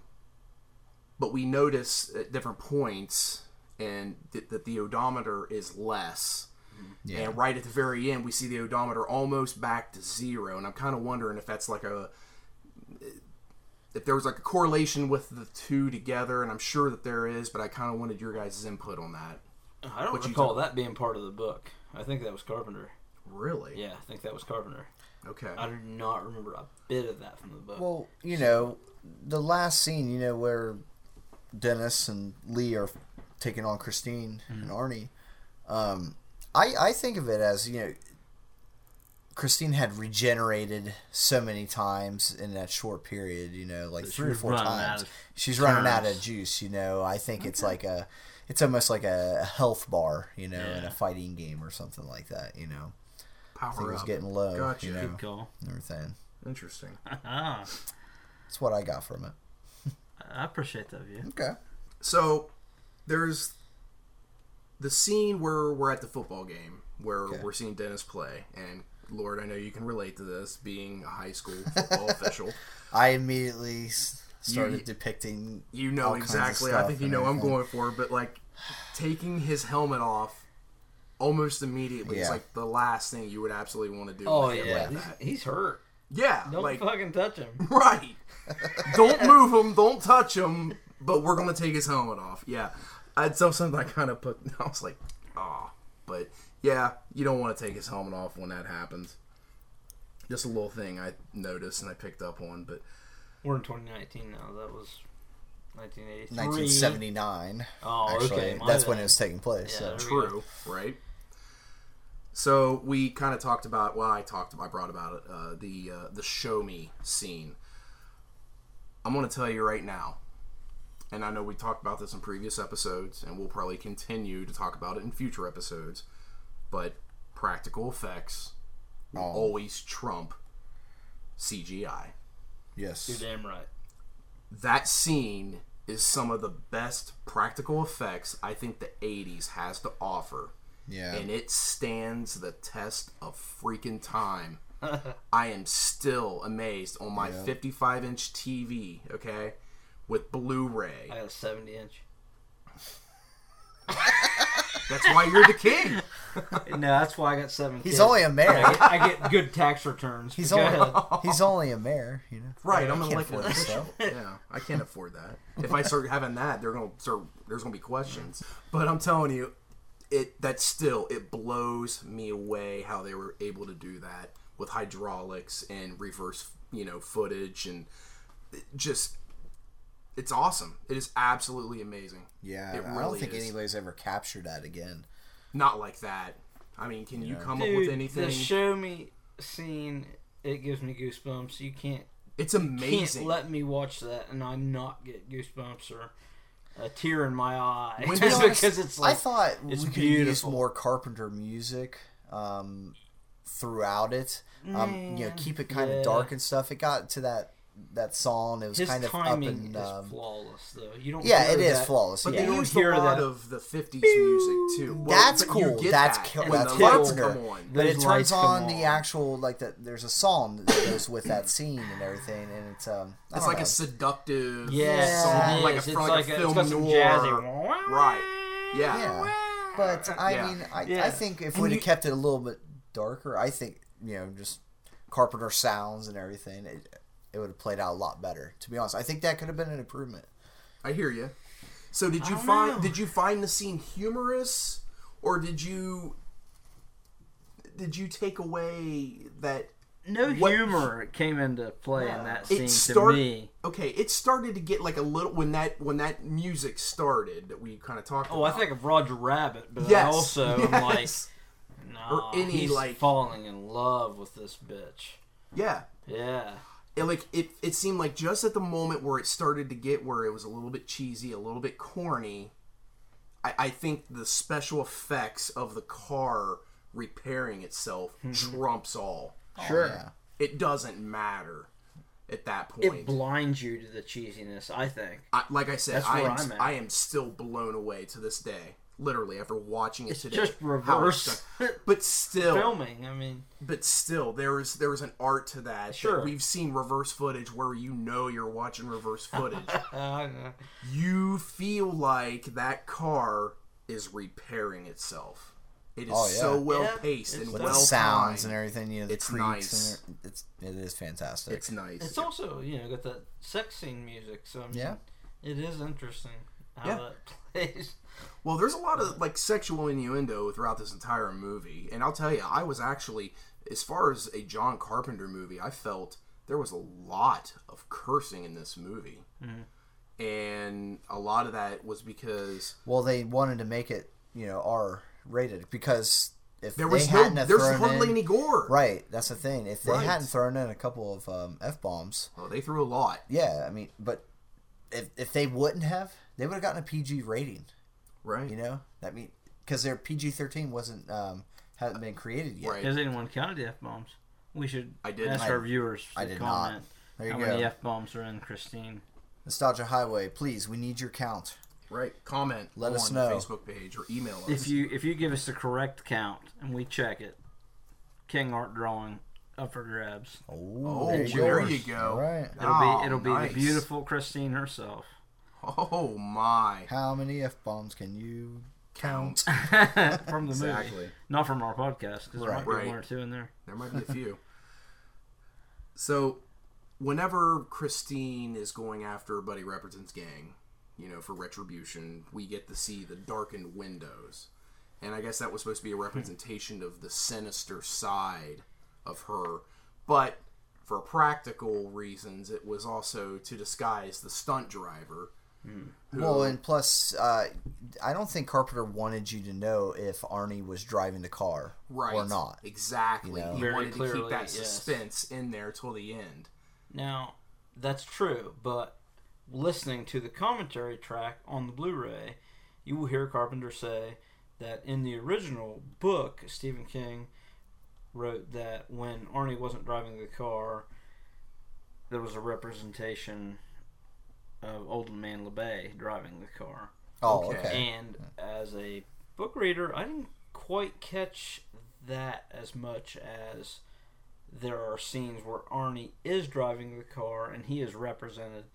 Speaker 1: but we notice at different points and th- that the odometer is less.
Speaker 2: Mm-hmm. Yeah.
Speaker 1: And right at the very end, we see the odometer almost back to zero, and I'm kind of wondering if that's like a if there was like a correlation with the two together, and I'm sure that there is, but I kind of wanted your guys' input on that.
Speaker 3: I don't
Speaker 1: What you
Speaker 3: recall
Speaker 1: do-
Speaker 3: that being part of the book. I think that was Carpenter.
Speaker 1: Really?
Speaker 3: Yeah, I think that was Carpenter.
Speaker 1: Okay.
Speaker 3: I do not remember a bit of that from the book.
Speaker 2: Well, you know, the last scene, you know, where Dennis and Lee are taking on Christine
Speaker 8: Mm-hmm.
Speaker 2: and Arnie, um, I, I think of it as, you know, Christine had regenerated so many times in that short period, you know, like three or
Speaker 8: was
Speaker 2: four
Speaker 8: running out
Speaker 2: times.
Speaker 8: of
Speaker 2: She's running out of
Speaker 8: times.
Speaker 2: juice, you know. I think it's like a, it's almost like a health bar, you know, in
Speaker 8: Yeah.
Speaker 2: a fighting game or something like that, you know. I think
Speaker 1: Power
Speaker 2: it was
Speaker 1: up.
Speaker 2: getting low,
Speaker 1: Gotcha.
Speaker 2: you know,
Speaker 8: Good call.
Speaker 2: and everything.
Speaker 1: Interesting.
Speaker 8: Ah,
Speaker 2: That's what I got from it.
Speaker 8: I appreciate that view.
Speaker 2: Okay.
Speaker 1: So there's the scene where we're at the football game where
Speaker 2: Okay.
Speaker 1: we're seeing Dennis play, and Lord, I know you can relate to this, being a high school football official.
Speaker 2: I immediately s- started
Speaker 1: You-
Speaker 2: depicting.
Speaker 1: You know
Speaker 2: all kinds of
Speaker 1: exactly. I
Speaker 2: stuff
Speaker 1: think you
Speaker 2: and
Speaker 1: know I'm
Speaker 2: everything.
Speaker 1: going for, but like taking his helmet off almost immediately is
Speaker 2: Yeah.
Speaker 1: like the last thing you would absolutely want to do.
Speaker 3: oh
Speaker 1: with him
Speaker 3: yeah,
Speaker 1: like that.
Speaker 3: he's, he's hurt.
Speaker 1: yeah.
Speaker 3: Don't
Speaker 1: like
Speaker 3: fucking touch him.
Speaker 1: right. don't move him. Don't touch him. But we're gonna take his helmet off. Yeah. I'd so something I kind of put. I was like, ah, but yeah, you don't want to take his helmet off when that happens. Just a little thing I noticed and I picked up on, but
Speaker 3: We're in 2019 now. That was 1983.
Speaker 2: 1979.
Speaker 3: Oh,
Speaker 2: Actually,
Speaker 3: okay. my
Speaker 2: that's when
Speaker 3: bad.
Speaker 2: it was taking place.
Speaker 3: Yeah,
Speaker 2: so.
Speaker 3: there we go.
Speaker 1: True, right? So we kind of talked about. Well, I talked. I brought about it. Uh, the uh, the show me scene. I'm going to tell you right now, and I know we talked about this in previous episodes, and we'll probably continue to talk about it in future episodes. But practical effects will
Speaker 2: Oh.
Speaker 1: always trump CGI.
Speaker 2: Yes.
Speaker 3: You're damn right.
Speaker 1: That scene is some of the best practical effects I think the 80s has to offer
Speaker 2: Yeah.
Speaker 1: and it stands the test of freaking time. I am still amazed on my 55 inch TV, okay, with Blu ray.
Speaker 3: I got a 70 inch.
Speaker 1: That's why you're the king.
Speaker 3: No, that's why I got seven.
Speaker 2: He's
Speaker 3: kids.
Speaker 2: only a
Speaker 3: I
Speaker 2: mayor.
Speaker 3: get, I get good tax returns.
Speaker 2: He's
Speaker 3: Go
Speaker 2: only
Speaker 3: ahead.
Speaker 2: he's only a mayor. You know.
Speaker 1: Right, I'm gonna
Speaker 2: I can't
Speaker 1: like
Speaker 2: afford this
Speaker 1: official. Yeah, I can't afford that. If I start having that, they're gonna start. There's gonna be questions. But I'm telling you, it that still it blows me away how they were able to do that with hydraulics and reverse, you know, footage and it just. It's awesome. It is absolutely amazing.
Speaker 2: Yeah.
Speaker 1: it
Speaker 2: I don't think
Speaker 1: is.
Speaker 2: anybody's ever captured that again.
Speaker 1: Not like that. I mean, can you come up
Speaker 3: Dude,
Speaker 1: with anything?
Speaker 3: The show me scene. It gives me goosebumps. You can't
Speaker 1: it's amazing.
Speaker 3: can't let me watch that and I not get goosebumps or a tear in my eye
Speaker 1: When
Speaker 3: because
Speaker 1: does-
Speaker 3: it's like
Speaker 2: I thought
Speaker 3: it's
Speaker 2: we could use
Speaker 3: beautiful.
Speaker 2: more Carpenter music. Um, throughout it. Um, you know,
Speaker 3: Man.
Speaker 2: keep it kind
Speaker 3: Yeah.
Speaker 2: of dark and stuff. It got to that that song. It was
Speaker 3: His
Speaker 2: kind of up
Speaker 3: timing
Speaker 2: and um,
Speaker 3: is flawless, though. You don't.
Speaker 2: yeah,
Speaker 3: hear
Speaker 2: it is
Speaker 3: that
Speaker 2: flawless.
Speaker 1: But
Speaker 2: yeah.
Speaker 1: they
Speaker 3: You
Speaker 1: used
Speaker 3: hear
Speaker 1: a lot
Speaker 3: that.
Speaker 1: of the '50s music too. Well,
Speaker 2: That's
Speaker 1: but you
Speaker 2: cool.
Speaker 1: get
Speaker 2: That's
Speaker 1: that
Speaker 2: ki-
Speaker 1: when
Speaker 2: that's
Speaker 1: the lights
Speaker 2: Kissinger.
Speaker 1: come on.
Speaker 2: but it
Speaker 3: Those
Speaker 2: turns
Speaker 3: lights come
Speaker 2: on the
Speaker 3: on.
Speaker 2: actual like that. There's a song that goes with that scene and everything, and it's um. I
Speaker 1: It's
Speaker 2: don't
Speaker 1: like
Speaker 2: know.
Speaker 1: a seductive
Speaker 3: Yes,
Speaker 1: song,
Speaker 3: it
Speaker 1: like a,
Speaker 3: is. It's
Speaker 1: from like
Speaker 3: like
Speaker 1: a
Speaker 3: a- it's
Speaker 1: film
Speaker 3: got some
Speaker 1: noir.
Speaker 3: jazzy-
Speaker 1: Right. Yeah.
Speaker 2: yeah. But I
Speaker 1: Yeah.
Speaker 2: mean, I, I
Speaker 3: Yeah.
Speaker 2: think if
Speaker 1: And
Speaker 2: we'd
Speaker 1: you-
Speaker 2: have kept it a little bit darker, I think you know just Carpenter sounds and everything, it it would have played out a lot better. To be honest, I think that could have been an improvement.
Speaker 1: I hear you. So did you
Speaker 3: don't
Speaker 1: find
Speaker 3: know.
Speaker 1: did you find the scene humorous or did you did you take away that
Speaker 3: No
Speaker 1: What-
Speaker 3: humor came into play in that scene
Speaker 1: it start-
Speaker 3: to me.
Speaker 1: Okay, it started to get like a little when that when that music started that we kind of talked
Speaker 3: Oh, I
Speaker 1: about.
Speaker 3: think of Roger Rabbit, but I
Speaker 1: Yes,
Speaker 3: also am like,
Speaker 1: yes.
Speaker 3: nah,
Speaker 1: Or any,
Speaker 3: he's
Speaker 1: like-
Speaker 3: falling in love with this bitch.
Speaker 1: yeah.
Speaker 3: Yeah.
Speaker 1: it, like it, it seemed like just at the moment where it started to get where it was a little bit cheesy, a little bit corny. I, I think the special effects of the car repairing itself trumps all.
Speaker 3: Mm-hmm. Oh, Sure.
Speaker 1: It doesn't matter at that
Speaker 3: It
Speaker 1: point.
Speaker 3: blinds you to the cheesiness, I think.
Speaker 1: I, like I said,
Speaker 3: That's
Speaker 1: I
Speaker 3: where
Speaker 1: am,
Speaker 3: I'm at.
Speaker 1: I am still blown away to this day. Literally, after watching it
Speaker 3: It's
Speaker 1: today,
Speaker 3: just
Speaker 1: how it's
Speaker 3: reverse
Speaker 1: done. But still,
Speaker 3: Filming, I mean,
Speaker 1: but still there is there is an art to that that
Speaker 3: Sure.
Speaker 1: we've seen reverse footage where you know you're watching reverse footage
Speaker 3: uh,
Speaker 1: you feel like that car is repairing itself it is
Speaker 2: Oh, yeah.
Speaker 1: so well
Speaker 3: Yeah,
Speaker 1: paced and
Speaker 3: it's done.
Speaker 2: With
Speaker 1: well
Speaker 2: the sounds
Speaker 1: timed.
Speaker 2: and everything, you know, the
Speaker 1: It's
Speaker 2: creaks
Speaker 1: nice.
Speaker 2: and it- it's it is fantastic.
Speaker 1: it's nice
Speaker 3: it's also you know got that sex scene music, so I mean,
Speaker 2: Yeah.
Speaker 3: it is interesting how
Speaker 1: Yeah.
Speaker 3: that plays.
Speaker 1: well there's a lot of like sexual innuendo throughout this entire movie and i'll tell you i was actually as far as a john carpenter movie i felt there was a lot of cursing in this movie
Speaker 3: Mm-hmm.
Speaker 1: and a lot of that was because
Speaker 2: well, they wanted to make it you know R rated because if
Speaker 1: There
Speaker 2: they
Speaker 1: was no.
Speaker 2: hadn't have
Speaker 1: There's
Speaker 2: thrown
Speaker 1: hardly
Speaker 2: in,
Speaker 1: any gore.
Speaker 2: Right, that's the thing. If they
Speaker 1: Right.
Speaker 2: hadn't thrown in a couple of um, f bombs,
Speaker 1: Oh, they threw a lot.
Speaker 2: yeah, I mean, but if if they wouldn't have, they would have gotten a PG rating.
Speaker 1: Right.
Speaker 2: You know, that mean because their PG thirteen wasn't um hadn't been created yet.
Speaker 1: Right.
Speaker 3: Has anyone counted the f bombs? We should
Speaker 1: I didn't.
Speaker 3: ask
Speaker 1: I-
Speaker 3: our viewers
Speaker 2: I
Speaker 3: to
Speaker 2: did not.
Speaker 3: comment
Speaker 2: There you
Speaker 3: how
Speaker 2: go.
Speaker 3: many f bombs are in Christine.
Speaker 2: Nostalgia Highway, please, we need your count.
Speaker 1: Right. Comment.
Speaker 2: Let
Speaker 1: on
Speaker 2: us
Speaker 1: the
Speaker 2: know.
Speaker 1: Facebook page or email us.
Speaker 3: If you if you give us the correct count and we check it, King Art drawing up for grabs.
Speaker 1: oh,
Speaker 2: there
Speaker 1: there
Speaker 2: you
Speaker 1: you,
Speaker 2: go.
Speaker 1: go.
Speaker 2: All right.
Speaker 3: It'll
Speaker 1: Oh,
Speaker 3: be it'll be
Speaker 1: nice.
Speaker 3: the beautiful Christine herself.
Speaker 1: Oh my.
Speaker 2: How many f bombs can you count?
Speaker 3: from the
Speaker 1: Exactly.
Speaker 3: movie, not from our podcast, because
Speaker 2: Right.
Speaker 3: there might be
Speaker 1: Right.
Speaker 3: one or two in there.
Speaker 1: There might be a few. So, whenever Christine is going after Buddy Repperton's gang, you know, for retribution, we get to see the darkened windows. And I guess that was supposed to be a representation of the sinister side of her. But for practical reasons, it was also to disguise the stunt driver.
Speaker 2: Well, and plus, uh, I don't think Carpenter wanted you to know if Arnie was driving the car
Speaker 1: Right.
Speaker 2: or not.
Speaker 1: Exactly.
Speaker 2: You know.
Speaker 1: He
Speaker 3: Very
Speaker 1: wanted to keep
Speaker 3: clearly,
Speaker 1: that
Speaker 3: yes.
Speaker 1: suspense in there till the end.
Speaker 3: Now, that's true, but listening to the commentary track on the Blu-ray, you will hear Carpenter say that in the original book, Stephen King wrote that when Arnie wasn't driving the car, there was a representation of Old Man LeBay driving the car.
Speaker 2: Oh,
Speaker 1: Okay.
Speaker 2: okay.
Speaker 3: And as a book reader, I didn't quite catch that as much as there are scenes where Arnie is driving the car and he is represented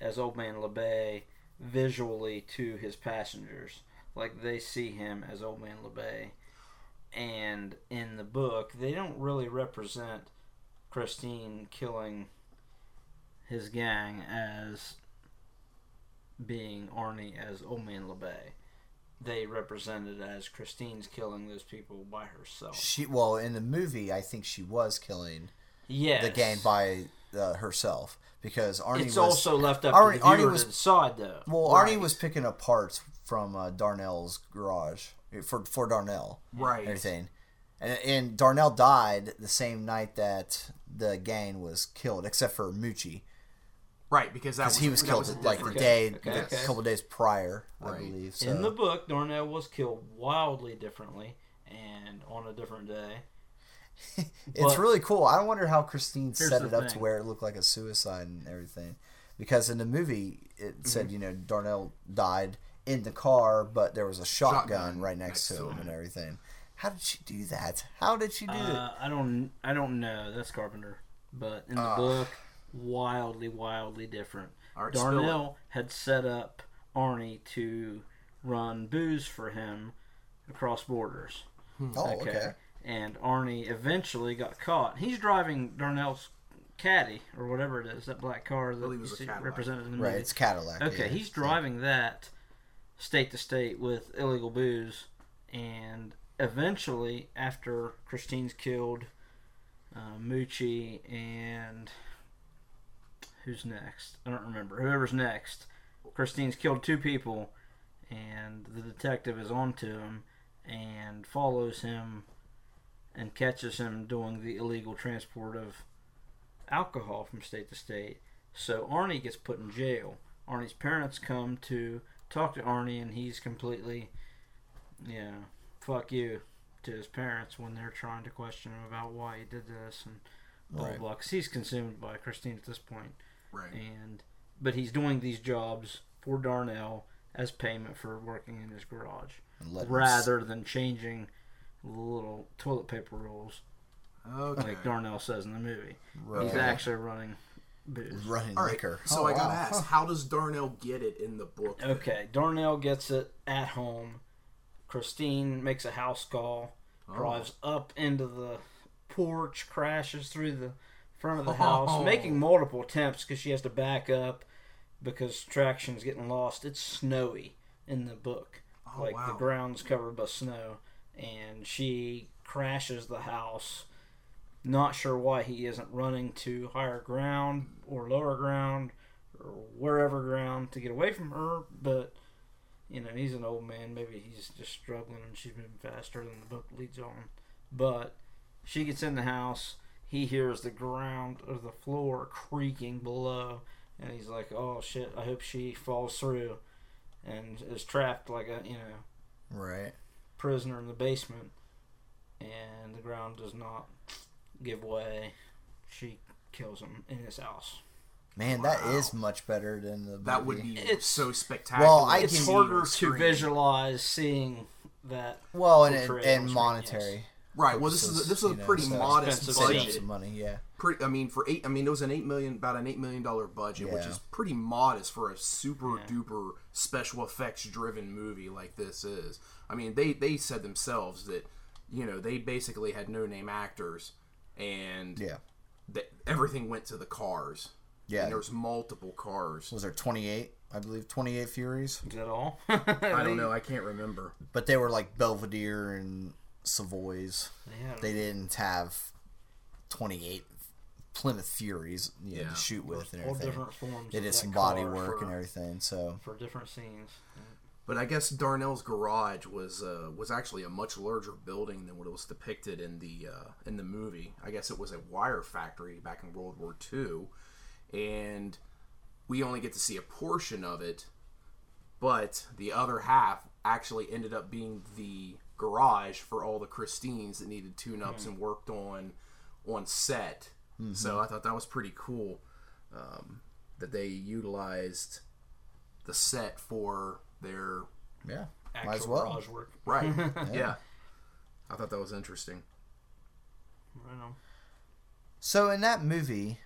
Speaker 3: as Old Man LeBay visually to his passengers. Like they see him as Old Man LeBay. And in the book, they don't really represent Christine killing his gang as being Arnie as Old Man LeBay. They represented as Christine's killing those people by herself.
Speaker 2: She well in the movie, I think she was killing
Speaker 3: Yes.
Speaker 2: the gang by uh, herself because Arnie
Speaker 3: It's
Speaker 2: was
Speaker 3: also left up
Speaker 2: Arnie-
Speaker 3: to the viewer
Speaker 2: Arnie was-
Speaker 3: to decide, though.
Speaker 2: well.
Speaker 1: Right.
Speaker 2: Arnie was picking up parts from uh, Darnell's garage eh, for for Darnell
Speaker 1: Right.
Speaker 2: and everything, and and Darnell died the same night that the gang was killed, except for Mucci
Speaker 1: Right, because that was,
Speaker 2: because he was
Speaker 1: that
Speaker 2: killed
Speaker 1: a
Speaker 2: like the
Speaker 1: different-
Speaker 2: day,
Speaker 3: Okay,
Speaker 2: the-
Speaker 3: okay.
Speaker 2: a couple days prior, I
Speaker 1: Right.
Speaker 2: believe. So.
Speaker 3: In the book, Darnell was killed wildly differently and on a different day.
Speaker 2: It's
Speaker 9: But-
Speaker 2: really cool. I wonder how Christine
Speaker 9: Here's
Speaker 2: set
Speaker 9: the
Speaker 2: it up to
Speaker 9: thing.
Speaker 2: where it looked like a suicide and everything. Because in the movie, it said, you know, Darnell died in the car, but there was a shotgun,
Speaker 1: Shotgun
Speaker 2: right
Speaker 1: next
Speaker 2: next, to
Speaker 1: to
Speaker 2: him
Speaker 1: him.
Speaker 2: and everything. How did she do that? How did she do it?
Speaker 3: Uh, I don't. I don't know. That's Carpenter. But in the
Speaker 2: Ah.
Speaker 3: book, wildly, wildly different.
Speaker 1: All right, spill it.
Speaker 3: Darnell had set up Arnie to run booze for him across borders.
Speaker 2: Oh, okay.
Speaker 3: Mm-hmm. And Arnie eventually got caught. He's driving Darnell's caddy or whatever it is, that black car that
Speaker 1: believe it
Speaker 3: you
Speaker 1: was a
Speaker 3: see
Speaker 1: Cadillac.
Speaker 3: represented in the
Speaker 2: Right,
Speaker 3: movie.
Speaker 2: it's Cadillac.
Speaker 3: Okay,
Speaker 2: yeah.
Speaker 3: he's driving that state to state with illegal booze, and eventually, after Christine's killed, uh, Moochie and who's next? I don't remember. Whoever's next, Christine's killed two people, and the detective is onto him and follows him and catches him doing the illegal transport of alcohol from state to state. So Arnie gets put in jail. Arnie's parents come to talk to Arnie, and he's completely, you know, fuck you to his parents when they're trying to question him about why he did this and blah blah
Speaker 2: Right.
Speaker 3: blah. 'cause he's consumed by Christine at this point,
Speaker 1: Right.
Speaker 3: and but he's doing these jobs for Darnell as payment for working in his garage,
Speaker 2: And let him
Speaker 3: rather than changing the little toilet paper rolls
Speaker 1: Okay.
Speaker 3: like Darnell says in the movie.
Speaker 2: Right.
Speaker 3: He's actually running booze.
Speaker 2: running
Speaker 1: All right.
Speaker 2: liquor.
Speaker 1: So
Speaker 2: Oh,
Speaker 1: I got to
Speaker 2: wow.
Speaker 1: ask, how does Darnell get it in the book?
Speaker 3: Okay, Darnell gets it at home. Christine makes a house call, drives up into the porch, crashes through the front of the house,
Speaker 1: Oh.
Speaker 3: making multiple attempts because she has to back up because traction's getting lost. It's snowy in the book.
Speaker 1: Oh,
Speaker 3: like the
Speaker 1: wow.
Speaker 3: ground's covered by snow, and she crashes the house. Not sure why he isn't running to higher ground or lower ground or wherever ground to get away from her, but you know, he's an old man. Maybe he's just struggling and she's moving faster than the book leads on. But she gets in the house. He hears the ground or the floor creaking below. And he's like, oh shit, I hope she falls through and is trapped like a, you know,
Speaker 2: Right.
Speaker 3: prisoner in the basement. And the ground does not give way. She kills him in his house.
Speaker 2: Man, that is much better than the.
Speaker 1: That would
Speaker 2: movie.
Speaker 1: be
Speaker 3: It's-
Speaker 1: so spectacular.
Speaker 2: Well, I
Speaker 1: to
Speaker 2: can-
Speaker 3: It's
Speaker 1: see
Speaker 3: harder
Speaker 1: on
Speaker 3: to
Speaker 1: screen.
Speaker 3: visualize seeing that
Speaker 2: well, and,
Speaker 3: portrayed on
Speaker 2: and
Speaker 3: screen,
Speaker 2: monetary.
Speaker 3: yes.
Speaker 1: Right. Well, this is a, this is a
Speaker 2: you know,
Speaker 1: pretty
Speaker 2: so
Speaker 1: modest
Speaker 3: expensive
Speaker 2: save
Speaker 1: budget.
Speaker 2: some money. Yeah.
Speaker 1: Pretty, I mean, for eight, I mean, it was an eight million, about an eight million dollar budget, which
Speaker 2: Yeah.
Speaker 1: is pretty modest for a super duper special effects driven movie like this is. I mean, they they said themselves that you know they basically had no name actors, and
Speaker 2: Yeah.
Speaker 1: that everything went to the cars.
Speaker 2: Yeah.
Speaker 1: and there's multiple cars.
Speaker 2: was there 28 i believe 28 furies
Speaker 3: Is that all?
Speaker 1: I don't know. I can't remember.
Speaker 2: but they were like belvedere and savoys
Speaker 3: Yeah.
Speaker 1: Mm-hmm.
Speaker 2: they didn't have 28 plymouth furies you know,
Speaker 1: Yeah.
Speaker 2: to shoot with and
Speaker 3: all
Speaker 2: everything
Speaker 3: different forms.
Speaker 2: they
Speaker 3: of
Speaker 2: did
Speaker 3: that
Speaker 2: some body
Speaker 3: car
Speaker 2: work
Speaker 3: for,
Speaker 2: and everything so
Speaker 3: for different scenes.
Speaker 1: But I guess Darnell's garage was uh, was actually a much larger building than what it was depicted in the uh, in the movie. I guess it was a wire factory back in World War II, and we only get to see a portion of it. But the other half actually ended up being the garage for all the Christines that needed tune ups and worked on on set. So I thought that was pretty cool um, that they utilized the set for their
Speaker 2: yeah
Speaker 3: Actual
Speaker 2: might as well
Speaker 3: garage work.
Speaker 1: right. yeah, I thought that was interesting.
Speaker 3: Right on.
Speaker 2: so in that movie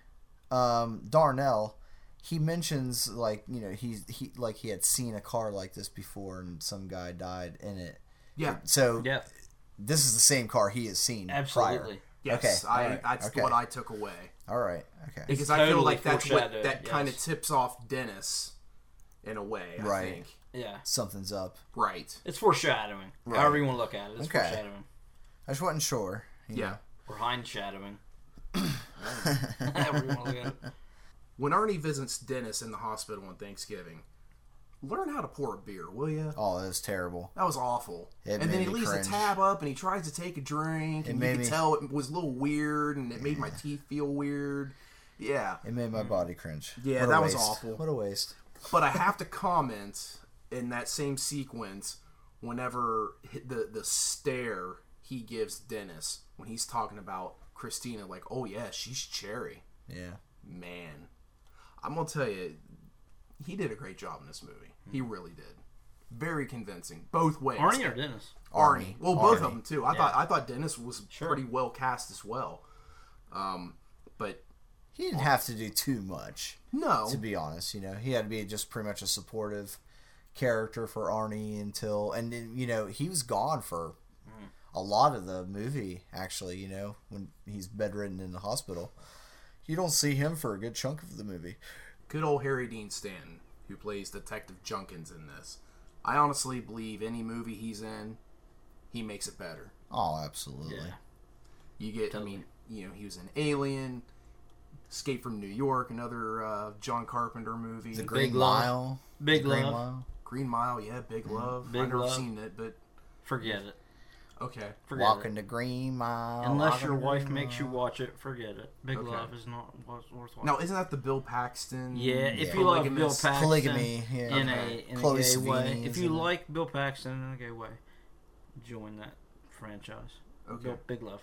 Speaker 2: um, darnell he mentions like you know he's he like he had seen a car like this before and some guy died in it
Speaker 1: Yeah.
Speaker 2: so
Speaker 3: Yeah,
Speaker 2: this is the same car he has seen prior.
Speaker 3: absolutely.
Speaker 1: Yes,
Speaker 2: Okay,
Speaker 1: I,
Speaker 2: alright,
Speaker 1: that's
Speaker 2: okay.
Speaker 1: what I took away
Speaker 2: all right okay
Speaker 1: because I
Speaker 3: totally
Speaker 1: feel like that's what
Speaker 3: foreshadowed,
Speaker 1: that kind of
Speaker 3: yes.
Speaker 1: tips off Dennis in a way. I
Speaker 2: Right.
Speaker 1: think.
Speaker 3: Yeah,
Speaker 2: something's up
Speaker 1: Right.
Speaker 3: it's foreshadowing.
Speaker 2: Right.
Speaker 3: However you want to look at it, it's
Speaker 2: Okay.
Speaker 3: foreshadowing
Speaker 2: I just wasn't sure. you
Speaker 1: Yeah.
Speaker 2: know.
Speaker 3: or hindshadowing. However you want to look at it.
Speaker 1: When Arnie visits Dennis in the hospital on Thanksgiving, learn how to pour a beer, will you?
Speaker 2: Oh, that was terrible.
Speaker 1: That was awful. and
Speaker 2: It
Speaker 1: then
Speaker 2: made
Speaker 1: he
Speaker 2: me
Speaker 1: leaves
Speaker 2: cringe.
Speaker 1: the tab up and he tries to take a drink. And
Speaker 2: made
Speaker 1: you could
Speaker 2: me-
Speaker 1: tell it was a little weird and it made my teeth feel weird. Yeah.
Speaker 2: It made my body cringe.
Speaker 1: Yeah,
Speaker 2: What a
Speaker 1: that was
Speaker 2: waste.
Speaker 1: awful.
Speaker 2: What a waste.
Speaker 1: But I have to comment in that same sequence whenever hi- the the stare he gives Dennis when he's talking about Christina, like, oh yeah, she's Cherry.
Speaker 2: Yeah.
Speaker 1: Man, I'm gonna tell you, he did a great job in this movie. He really did. Very convincing, both ways.
Speaker 3: Hmm. Arnie or Dennis?
Speaker 1: Arnie. Well, both
Speaker 2: Arnie.
Speaker 1: of them too. I
Speaker 3: Yeah.
Speaker 1: thought I thought Dennis was
Speaker 3: Sure.
Speaker 1: pretty well cast as well. Um, but
Speaker 2: He didn't have to do too much,
Speaker 1: no,
Speaker 2: to be honest. You know, he had to be just pretty much a supportive character for Arnie until, and then, you know, he was gone for a lot of the movie, actually, you know, when he's bedridden in the hospital. You don't see him for a good chunk of the movie.
Speaker 1: good old Harry Dean Stanton, who plays Detective Junkins in this. I honestly believe any movie he's in, he makes it better.
Speaker 2: Oh, absolutely.
Speaker 3: Yeah.
Speaker 1: You get,
Speaker 3: Totally.
Speaker 1: I mean, you know, he was an alien, Escape from New York, another uh, John Carpenter movie,
Speaker 2: The Green
Speaker 3: Love.
Speaker 2: Mile.
Speaker 3: Big
Speaker 2: Green
Speaker 3: Love.
Speaker 2: Mile.
Speaker 1: Green Mile, yeah, Big Love.
Speaker 3: Mm-hmm. Big
Speaker 1: I've never
Speaker 3: Love.
Speaker 1: seen it, but
Speaker 3: Forget it.
Speaker 1: okay.
Speaker 3: Forget
Speaker 2: Walking
Speaker 3: it.
Speaker 2: the Green Mile.
Speaker 3: Unless
Speaker 2: walking
Speaker 3: your
Speaker 2: the
Speaker 3: wife
Speaker 2: Green
Speaker 3: makes you
Speaker 2: Mile.
Speaker 3: watch it, forget it. Big
Speaker 1: Okay.
Speaker 3: Love is not wor- worth watching.
Speaker 1: Now, isn't that the Bill Paxton?
Speaker 3: Yeah, if you like Bill
Speaker 1: polygamous-
Speaker 3: Paxton
Speaker 2: Polygamy, yeah.
Speaker 3: in
Speaker 1: Okay.
Speaker 3: a in
Speaker 2: Chloe
Speaker 3: a gay way,
Speaker 2: Sevigny
Speaker 3: if
Speaker 2: is
Speaker 3: you
Speaker 2: in it.
Speaker 3: like Bill Paxton in a gay way, join that franchise.
Speaker 1: Okay.
Speaker 3: Bill, Big Love.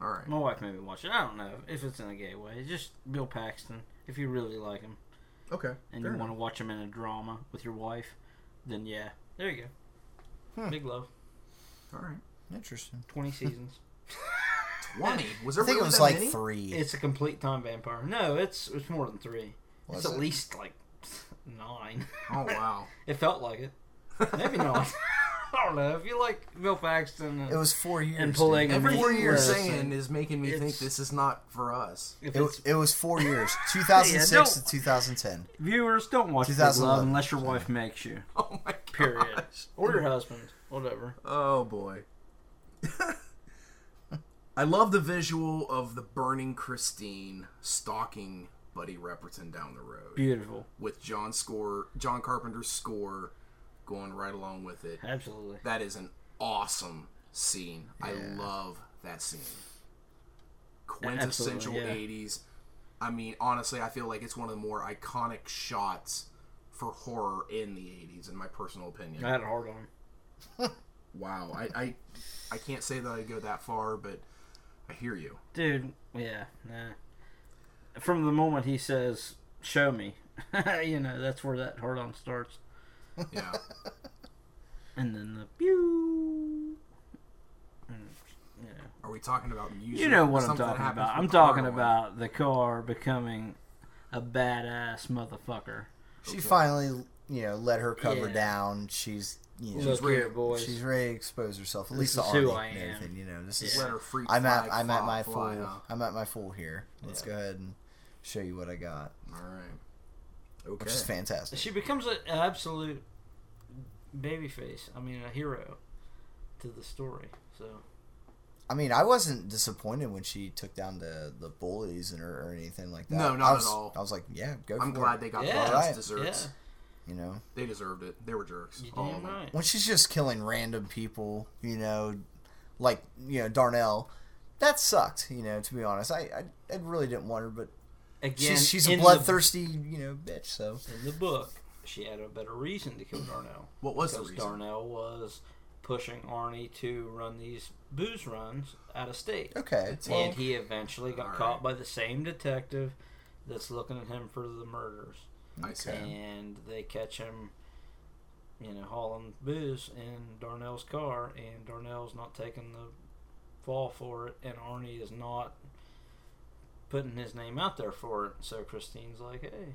Speaker 1: All right.
Speaker 3: My wife made me watch it. I don't know if it's in a gay way. It's just Bill Paxton. If you really like him
Speaker 1: Okay.
Speaker 3: and
Speaker 1: fair
Speaker 3: you want
Speaker 1: enough.
Speaker 3: to watch him in a drama with your wife, then yeah, there you go.
Speaker 2: Hmm.
Speaker 3: Big Love,
Speaker 1: All right.
Speaker 2: Interesting.
Speaker 3: twenty seasons.
Speaker 1: Twenty. Was there
Speaker 2: I think
Speaker 1: really
Speaker 2: it was
Speaker 1: that
Speaker 2: like
Speaker 1: many?
Speaker 2: three.
Speaker 3: it's a complete time vampire. No, it's it's more than three.
Speaker 2: Was
Speaker 3: it's at
Speaker 2: it?
Speaker 3: least like nine.
Speaker 1: Oh wow.
Speaker 3: It felt like it. Maybe not. I don't know. If you like Bill Paxton, and
Speaker 2: It was four years.
Speaker 3: And
Speaker 2: dude.
Speaker 3: polygamy.
Speaker 1: Everything you're
Speaker 3: Listen,
Speaker 1: saying is making me think
Speaker 3: it's-
Speaker 1: this is not for us.
Speaker 3: if
Speaker 2: It,
Speaker 3: it's,
Speaker 2: wa- it was four years, 2006
Speaker 3: don't-
Speaker 2: to 2010.
Speaker 3: viewers don't watch Big Love
Speaker 2: 2011.
Speaker 3: unless your wife makes you.
Speaker 1: Oh my god.
Speaker 3: Period. Or your husband, whatever.
Speaker 1: Oh boy. I love the visual of the burning Christine stalking Buddy Repperton down the road
Speaker 3: Beautiful.
Speaker 1: with John score John Carpenter's score going right along with it.
Speaker 3: Absolutely.
Speaker 1: That is an awesome scene. I love that scene. Quintessential
Speaker 3: yeah.
Speaker 1: 80s. I mean, honestly, I feel like it's one of the more iconic shots for horror in the 80s, in my personal opinion.
Speaker 3: I had a hard on.
Speaker 1: Wow, I, I I can't say that I go that far, but I hear you.
Speaker 3: Dude, yeah, nah. From the moment he says, show me, you know, that's where that hard on starts.
Speaker 1: Yeah,
Speaker 3: And then the pew. And, you know.
Speaker 1: are we talking about music?
Speaker 3: You know what
Speaker 1: Something
Speaker 3: I'm talking
Speaker 1: happens
Speaker 3: about.
Speaker 1: with
Speaker 3: I'm
Speaker 1: the
Speaker 3: talking
Speaker 1: car
Speaker 3: about the car becoming a badass motherfucker.
Speaker 2: She finally, you know, let her cover
Speaker 3: Yeah.
Speaker 2: down. She's, you know,
Speaker 3: Look
Speaker 1: ready-
Speaker 3: here, boys.
Speaker 2: she's ready to expose herself. At
Speaker 3: This
Speaker 2: least the
Speaker 3: is who
Speaker 2: Arnie
Speaker 3: I
Speaker 2: and
Speaker 3: am.
Speaker 2: everything, you know. This
Speaker 1: one.
Speaker 2: is
Speaker 1: Let her freak
Speaker 2: I'm at
Speaker 1: flag
Speaker 2: I'm at my
Speaker 1: fly,
Speaker 2: full
Speaker 1: huh?
Speaker 2: I'm at my full here. Let's go ahead and show you what I got,
Speaker 1: All right. Okay.
Speaker 2: which is fantastic.
Speaker 3: She becomes a- an absolute babyface. I mean, a hero to the story. So
Speaker 2: I mean, I wasn't disappointed when she took down the the bullies and or, or anything like that.
Speaker 1: No,
Speaker 2: I
Speaker 1: not at
Speaker 2: was,
Speaker 1: all.
Speaker 2: I was like, yeah, go.
Speaker 1: I'm
Speaker 2: for
Speaker 1: glad
Speaker 2: it.
Speaker 1: they got
Speaker 3: Yeah.
Speaker 1: yeah,
Speaker 2: Right.
Speaker 1: desserts.
Speaker 2: You know,
Speaker 1: They deserved it. They were jerks. Oh
Speaker 3: you
Speaker 1: All of
Speaker 3: damn
Speaker 1: them.
Speaker 3: right.
Speaker 2: when she's just killing random people, you know, like you know Darnell, that sucked. You know, to be honest, I I, I really didn't want her, but
Speaker 3: Again,
Speaker 2: she's she's a
Speaker 3: in
Speaker 2: bloodthirsty you know bitch. So
Speaker 3: The, in the book, she had a better reason to kill Darnell
Speaker 1: What was the
Speaker 3: because
Speaker 1: reason?
Speaker 3: Darnell was pushing Arnie to run these booze runs out of state.
Speaker 2: okay, well,
Speaker 3: And he eventually got
Speaker 1: All right.
Speaker 3: caught by the same detective that's looking at him for the murders.
Speaker 1: I see.
Speaker 2: Okay.
Speaker 3: And they catch him, you know, hauling booze in Darnell's car, and Darnell's not taking the fall for it, and Arnie is not putting his name out there for it. So Christine's like, hey,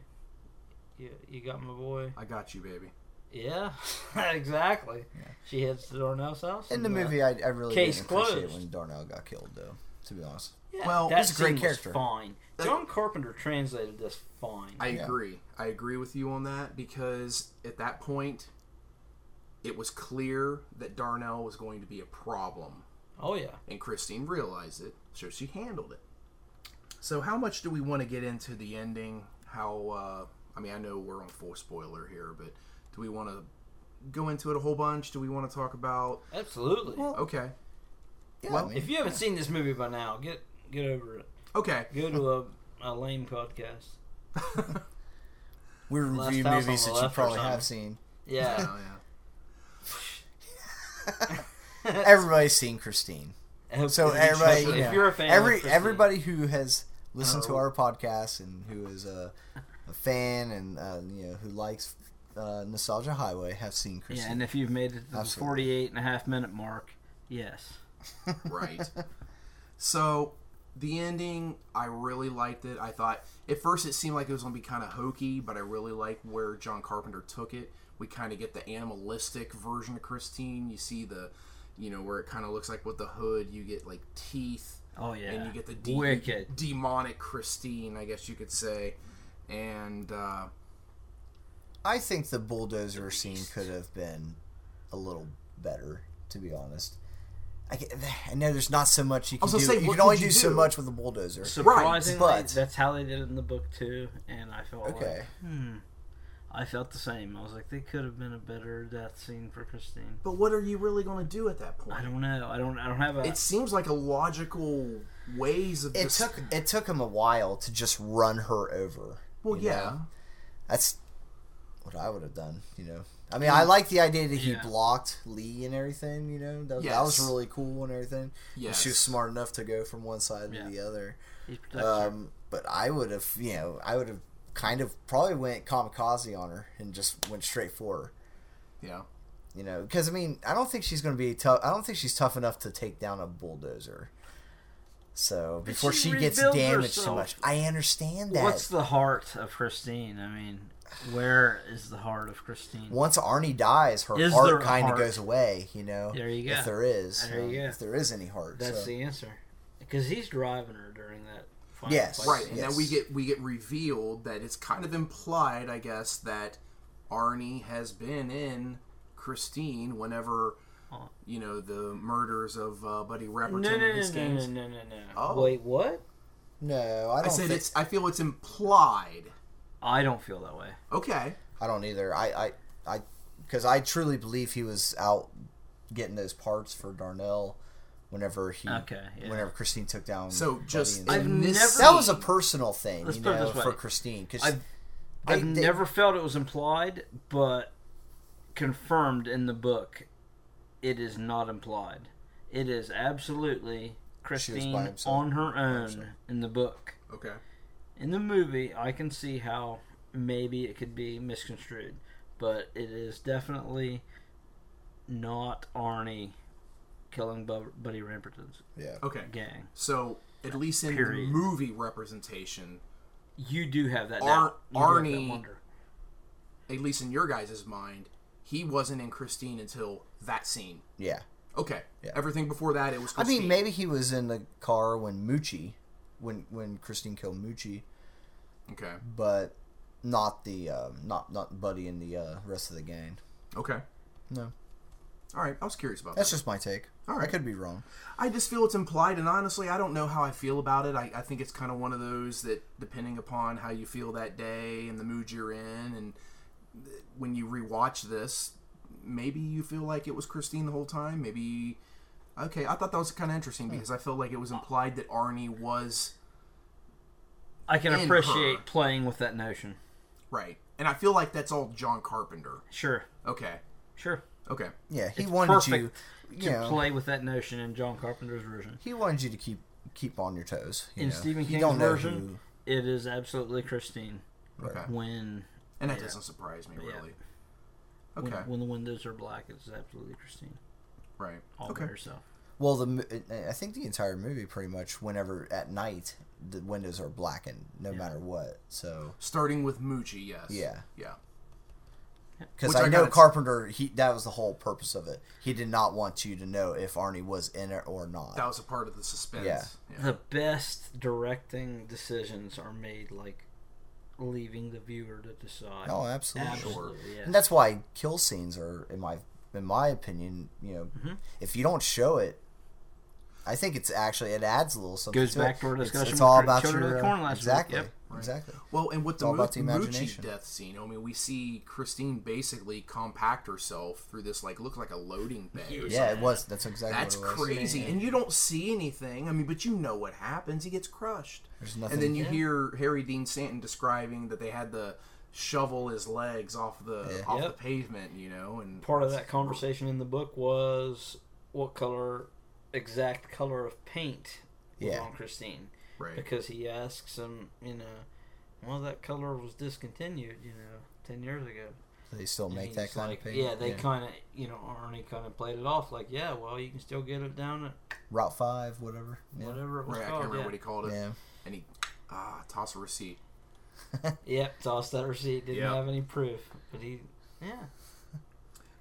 Speaker 3: you, you got my boy.
Speaker 1: I got you, baby.
Speaker 3: Yeah, exactly. She heads to Darnell's house.
Speaker 2: in the
Speaker 3: and, uh,
Speaker 2: movie, I, I really
Speaker 3: Case
Speaker 2: didn't appreciate
Speaker 3: closed.
Speaker 2: when Darnell got killed, though. To be honest,
Speaker 3: Yeah,
Speaker 1: Well,
Speaker 3: that
Speaker 2: he's a great
Speaker 3: scene was
Speaker 2: character.
Speaker 3: Fine. John Carpenter translated this fine.
Speaker 1: I
Speaker 2: Yeah.
Speaker 1: agree. I agree with you on that because at that point, it was clear that Darnell was going to be a problem,
Speaker 3: oh yeah,
Speaker 1: and Christine realized it, so she handled it. So, how much do we want to get into the ending? How? Uh, I mean, I know we're on full spoiler here, but do we want to go into it a whole bunch? Do we want to talk about?
Speaker 3: absolutely.
Speaker 1: Okay,
Speaker 2: yeah,
Speaker 1: Well,
Speaker 2: I mean,
Speaker 3: if you haven't seen this movie by now, get get over it.
Speaker 1: okay. Oh,
Speaker 3: Go to a, a lame podcast.
Speaker 2: we
Speaker 3: Last
Speaker 2: review
Speaker 3: House on
Speaker 2: movies
Speaker 3: the
Speaker 2: that you
Speaker 3: Left or
Speaker 2: probably
Speaker 3: something.
Speaker 2: have seen.
Speaker 1: Oh,
Speaker 3: Yeah,
Speaker 1: yeah.
Speaker 2: Everybody's seen Christine. So everybody,
Speaker 9: if
Speaker 2: you know,
Speaker 9: you're a fan,
Speaker 2: every
Speaker 9: of Christine,
Speaker 2: everybody who has listened to
Speaker 9: Oh.
Speaker 2: our podcast and who is a, a fan and uh, you know who likes uh, Nostalgia Highway have seen Christine.
Speaker 3: Yeah, and if you've made it to the
Speaker 2: Absolutely.
Speaker 3: 48 and a half minute mark, yes.
Speaker 1: right. So the ending, I really liked it. I thought at first it seemed like it was going to be kind of hokey, but I really like where John Carpenter took it. We kind of get the animalistic version of Christine. You see the, you know, where it kind of looks like with the hood, you get like teeth.
Speaker 3: Oh, yeah.
Speaker 1: and you get the de-
Speaker 9: Wicked.
Speaker 1: demonic Christine, I guess you could say, and uh,
Speaker 2: I think the bulldozer scene could have been a little better, to be honest. I, get- I know there's not so much you can
Speaker 1: was
Speaker 2: do.
Speaker 1: gonna say,
Speaker 2: you
Speaker 1: what
Speaker 2: can only
Speaker 1: could
Speaker 2: do,
Speaker 1: you
Speaker 2: so
Speaker 1: do?
Speaker 2: much with a bulldozer.
Speaker 9: surprisingly,
Speaker 2: but-
Speaker 3: that's how they did it in the book too, and I felt
Speaker 2: okay,
Speaker 3: like, hmm. I felt the same. I was like, they could have been a better death scene for Christine.
Speaker 1: but what are you really going to do at that
Speaker 3: I
Speaker 1: point?
Speaker 3: don't know. I don't. I don't have a.
Speaker 1: It seems like a logical ways of
Speaker 2: it
Speaker 1: dis-
Speaker 2: took it took him a while to just run her over.
Speaker 1: well,
Speaker 2: you
Speaker 1: yeah.
Speaker 2: know? that's what I would have done. You know, I mean, I like the idea that he
Speaker 3: Yeah.
Speaker 2: blocked Lee and everything. You know, that, that was
Speaker 1: Yes.
Speaker 2: really cool and everything. And She was
Speaker 1: Yes.
Speaker 2: smart enough to go from one side
Speaker 3: Yeah.
Speaker 2: to the other.
Speaker 3: he's protected.
Speaker 2: Um, but I would have, you know, I would have kind of probably went kamikaze on her and just went straight for her.
Speaker 1: Yeah.
Speaker 2: You know, because I mean, I don't think she's going to be tough. I don't think she's tough enough to take down a bulldozer. So before
Speaker 3: she
Speaker 2: she, gets
Speaker 3: rebuilds
Speaker 2: damaged so
Speaker 3: herself.
Speaker 2: much, I understand that.
Speaker 3: What's the heart of Christine? I mean, where is the heart of Christine?
Speaker 2: once Arnie dies, her
Speaker 3: Is there
Speaker 2: heart
Speaker 3: a
Speaker 2: kind of
Speaker 3: heart?
Speaker 2: goes away. You know,
Speaker 3: There you go.
Speaker 2: If there is,
Speaker 3: There you
Speaker 2: um,
Speaker 3: go.
Speaker 2: if there is any heart,
Speaker 3: That's
Speaker 2: so.
Speaker 3: the answer. Because he's driving her during that. Final
Speaker 2: Yes.
Speaker 3: fight.
Speaker 1: right and then we
Speaker 2: Yes.
Speaker 1: get we get revealed that it's kind of implied i guess that arnie has been in christine whenever you know the murders of uh, buddy
Speaker 9: no,
Speaker 1: Repperton
Speaker 9: no,
Speaker 1: and
Speaker 9: no,
Speaker 1: his
Speaker 9: no,
Speaker 1: gang.
Speaker 9: no, no, no, no.
Speaker 1: Oh.
Speaker 9: Wait, what?
Speaker 2: no. I
Speaker 1: i
Speaker 2: don't.
Speaker 1: said
Speaker 2: think,
Speaker 1: it's i feel it's implied
Speaker 3: I don't feel that way.
Speaker 1: okay
Speaker 2: I don't either. I I I because I truly believe he was out getting those parts for Darnell. Whenever he,
Speaker 3: Okay, yeah.
Speaker 2: whenever Christine took down,
Speaker 1: so
Speaker 2: Um, Buddy
Speaker 1: just
Speaker 2: and-
Speaker 3: I've
Speaker 1: in this
Speaker 3: never-
Speaker 2: that was a
Speaker 1: scene-
Speaker 2: personal thing,
Speaker 3: Let's
Speaker 2: you
Speaker 3: put it
Speaker 2: know,
Speaker 3: this way.
Speaker 2: for Christine. Because
Speaker 3: I've- I've
Speaker 2: they-
Speaker 3: never felt it was implied, but confirmed in the book, it is not implied. It is absolutely Christine
Speaker 2: herself.
Speaker 3: on her
Speaker 2: herself.
Speaker 3: own in the book.
Speaker 1: okay
Speaker 3: In the movie, I can see how maybe it could be misconstrued, but it is definitely not Arnie killing Bu- Buddy Ramperton's
Speaker 2: yeah,
Speaker 1: okay
Speaker 3: gang.
Speaker 1: so at least in
Speaker 3: Period.
Speaker 1: the movie representation
Speaker 3: You do have that
Speaker 1: Ar-
Speaker 3: doubt. You do have that
Speaker 1: Arnie-
Speaker 3: wonder.
Speaker 1: at least in your guys' mind he wasn't in christine until that scene
Speaker 2: yeah.
Speaker 1: okay
Speaker 2: Yeah.
Speaker 1: everything before that it was
Speaker 2: I
Speaker 1: christine
Speaker 2: mean, maybe he was in the car when Moochie, when when Christine killed Moochie.
Speaker 1: okay
Speaker 2: but not the um, not not Buddy and the uh, rest of the gang.
Speaker 1: okay
Speaker 2: No,
Speaker 1: all right i was curious about that
Speaker 2: that's just my take.
Speaker 1: All right.
Speaker 2: I could be wrong.
Speaker 1: I just feel it's implied, and honestly, I don't know how I feel about it. I, I think it's kind of one of those that, depending upon how you feel that day and the mood you're in, and th- when you rewatch this, maybe you feel like it was Christine the whole time. Maybe, okay, I thought that was kind of interesting because I felt like it was implied that Arnie was
Speaker 3: I can
Speaker 1: in her.
Speaker 3: appreciate playing with that notion.
Speaker 1: right, and I feel like that's all John Carpenter.
Speaker 3: Sure,
Speaker 1: Okay,
Speaker 3: sure.
Speaker 1: okay,
Speaker 2: Yeah, he
Speaker 3: It's
Speaker 2: wanted
Speaker 3: perfect
Speaker 2: you.
Speaker 3: to
Speaker 2: You know,
Speaker 3: play with that notion in John Carpenter's version.
Speaker 2: he wanted you to keep keep on your toes. You
Speaker 3: In
Speaker 2: know.
Speaker 3: Stephen
Speaker 2: You
Speaker 3: King's
Speaker 2: don't know
Speaker 3: version, It is absolutely Christine
Speaker 1: okay,
Speaker 3: when
Speaker 1: and that doesn't surprise me
Speaker 3: Yeah.
Speaker 1: really.
Speaker 3: when,
Speaker 1: Okay,
Speaker 3: when the windows are black. It's absolutely Christine
Speaker 1: right,
Speaker 3: all
Speaker 1: okay,
Speaker 3: by herself.
Speaker 2: Well, the mo- I think the entire movie pretty much whenever at night the windows are blackened no matter what. So
Speaker 1: starting with Moochie, yes,
Speaker 2: Yeah.
Speaker 1: yeah.
Speaker 2: because
Speaker 1: Which
Speaker 2: I,
Speaker 1: I
Speaker 2: know
Speaker 1: gotta-
Speaker 2: Carpenter, he that was the whole purpose of it. He did not want you to know if Arnie was in it or not.
Speaker 1: That was a part of the suspense.
Speaker 2: Yeah.
Speaker 3: The best directing decisions are made like leaving the viewer to decide.
Speaker 2: oh, absolutely.
Speaker 3: absolutely.
Speaker 2: And
Speaker 3: Yes.
Speaker 2: that's why kill scenes are, in my in my opinion, you know,
Speaker 3: Mm-hmm.
Speaker 2: if you don't show it, I think it's actually it adds a little something.
Speaker 3: Goes
Speaker 2: to
Speaker 3: back
Speaker 2: it.
Speaker 3: to our
Speaker 2: It's-
Speaker 3: discussion
Speaker 2: It's,
Speaker 3: with
Speaker 2: all
Speaker 3: Children
Speaker 2: about
Speaker 3: of
Speaker 2: your
Speaker 3: the
Speaker 2: uh,
Speaker 3: Corn last week.
Speaker 2: exactly,
Speaker 3: Yep.
Speaker 2: exactly.
Speaker 1: Well, and with the,
Speaker 2: all
Speaker 1: Mu-
Speaker 2: about the
Speaker 1: Moochie
Speaker 2: imagination.
Speaker 1: death scene, I mean, we see Christine basically compact herself through this, like, looked like a loading bay. or
Speaker 2: Yeah,
Speaker 1: something.
Speaker 2: it was. That's exactly.
Speaker 1: That's
Speaker 2: what it was.
Speaker 1: crazy. And you don't see anything. I mean, but you know what happens. He gets crushed.
Speaker 2: There's nothing-
Speaker 1: And then you hear Harry Dean Stanton describing that they had to shovel his legs off the off
Speaker 9: Yep.
Speaker 1: the pavement, you know, and
Speaker 9: Part of that conversation in the book was what color exact color of paint was
Speaker 2: Yeah.
Speaker 9: on Christine
Speaker 1: Right.
Speaker 9: because he asks him, you know, well that color was discontinued, you know, ten years ago.
Speaker 2: They still
Speaker 9: And
Speaker 2: make that
Speaker 9: he's
Speaker 2: kind
Speaker 9: like,
Speaker 2: of paint.
Speaker 9: Yeah, they kind of, you know, Arnie kind of played it off like, yeah, well, you can still get it down at
Speaker 2: Route Five, whatever. Yeah.
Speaker 9: whatever it was
Speaker 1: Right, I can't
Speaker 9: called.
Speaker 1: remember
Speaker 9: Oh, yeah.
Speaker 1: what he called it.
Speaker 2: Yeah.
Speaker 1: And he ah toss a receipt.
Speaker 9: Yep, tossed that receipt. Didn't
Speaker 1: Yeah.
Speaker 9: have any proof, but he, yeah,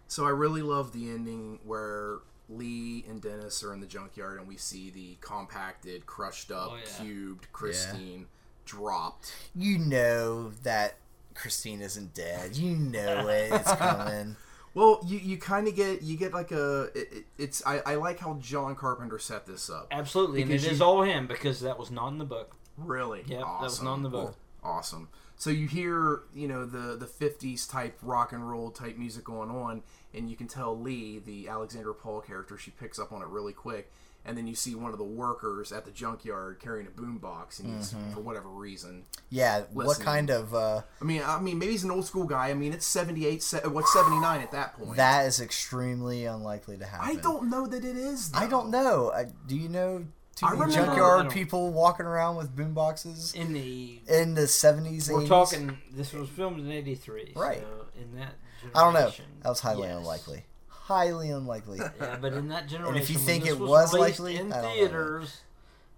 Speaker 1: So I really love the ending where Lee and Dennis are in the junkyard and we see the compacted, crushed up,
Speaker 9: Oh, yeah.
Speaker 1: cubed Christine dropped.
Speaker 2: You know that Christine isn't dead. You know it. It's coming.
Speaker 1: Well, you, you kind of get you get like a it, it- it's I, I like how John Carpenter set this up.
Speaker 9: absolutely, and it
Speaker 1: Because
Speaker 9: is
Speaker 1: you-
Speaker 9: all him because that was not in the book.
Speaker 1: Really,
Speaker 9: Yeah, that was not in the book.
Speaker 1: awesome. So you hear you know the the fifties type rock and roll type music going on, and you can tell Lee the Alexander Paul character she picks up on it really quick, and then you see one of the workers at the junkyard carrying a boombox, and he's
Speaker 9: Mm-hmm.
Speaker 1: for whatever reason.
Speaker 2: Yeah. What
Speaker 1: Listen.
Speaker 2: kind of? Uh,
Speaker 1: I mean, I mean, maybe he's an old school guy. I mean, it's seventy eight. What's seventy nine at that point?
Speaker 2: that is extremely unlikely to happen.
Speaker 1: I don't know that it is. Though.
Speaker 2: I don't know. I, do you know too
Speaker 1: I
Speaker 2: many
Speaker 1: remember-
Speaker 9: I
Speaker 2: junkyard
Speaker 9: don't-
Speaker 2: people walking around with boomboxes
Speaker 9: In the
Speaker 2: in the seventies?
Speaker 9: we're talking, this was filmed in '83,
Speaker 2: Right.
Speaker 9: So in that, generation,
Speaker 2: I don't know. That was highly
Speaker 9: yes.
Speaker 2: unlikely. Highly unlikely.
Speaker 9: Yeah, but in that generation,
Speaker 2: if you
Speaker 9: when
Speaker 2: think
Speaker 9: this
Speaker 2: it was
Speaker 9: released
Speaker 2: likely,
Speaker 9: in
Speaker 2: I don't know.
Speaker 9: theaters,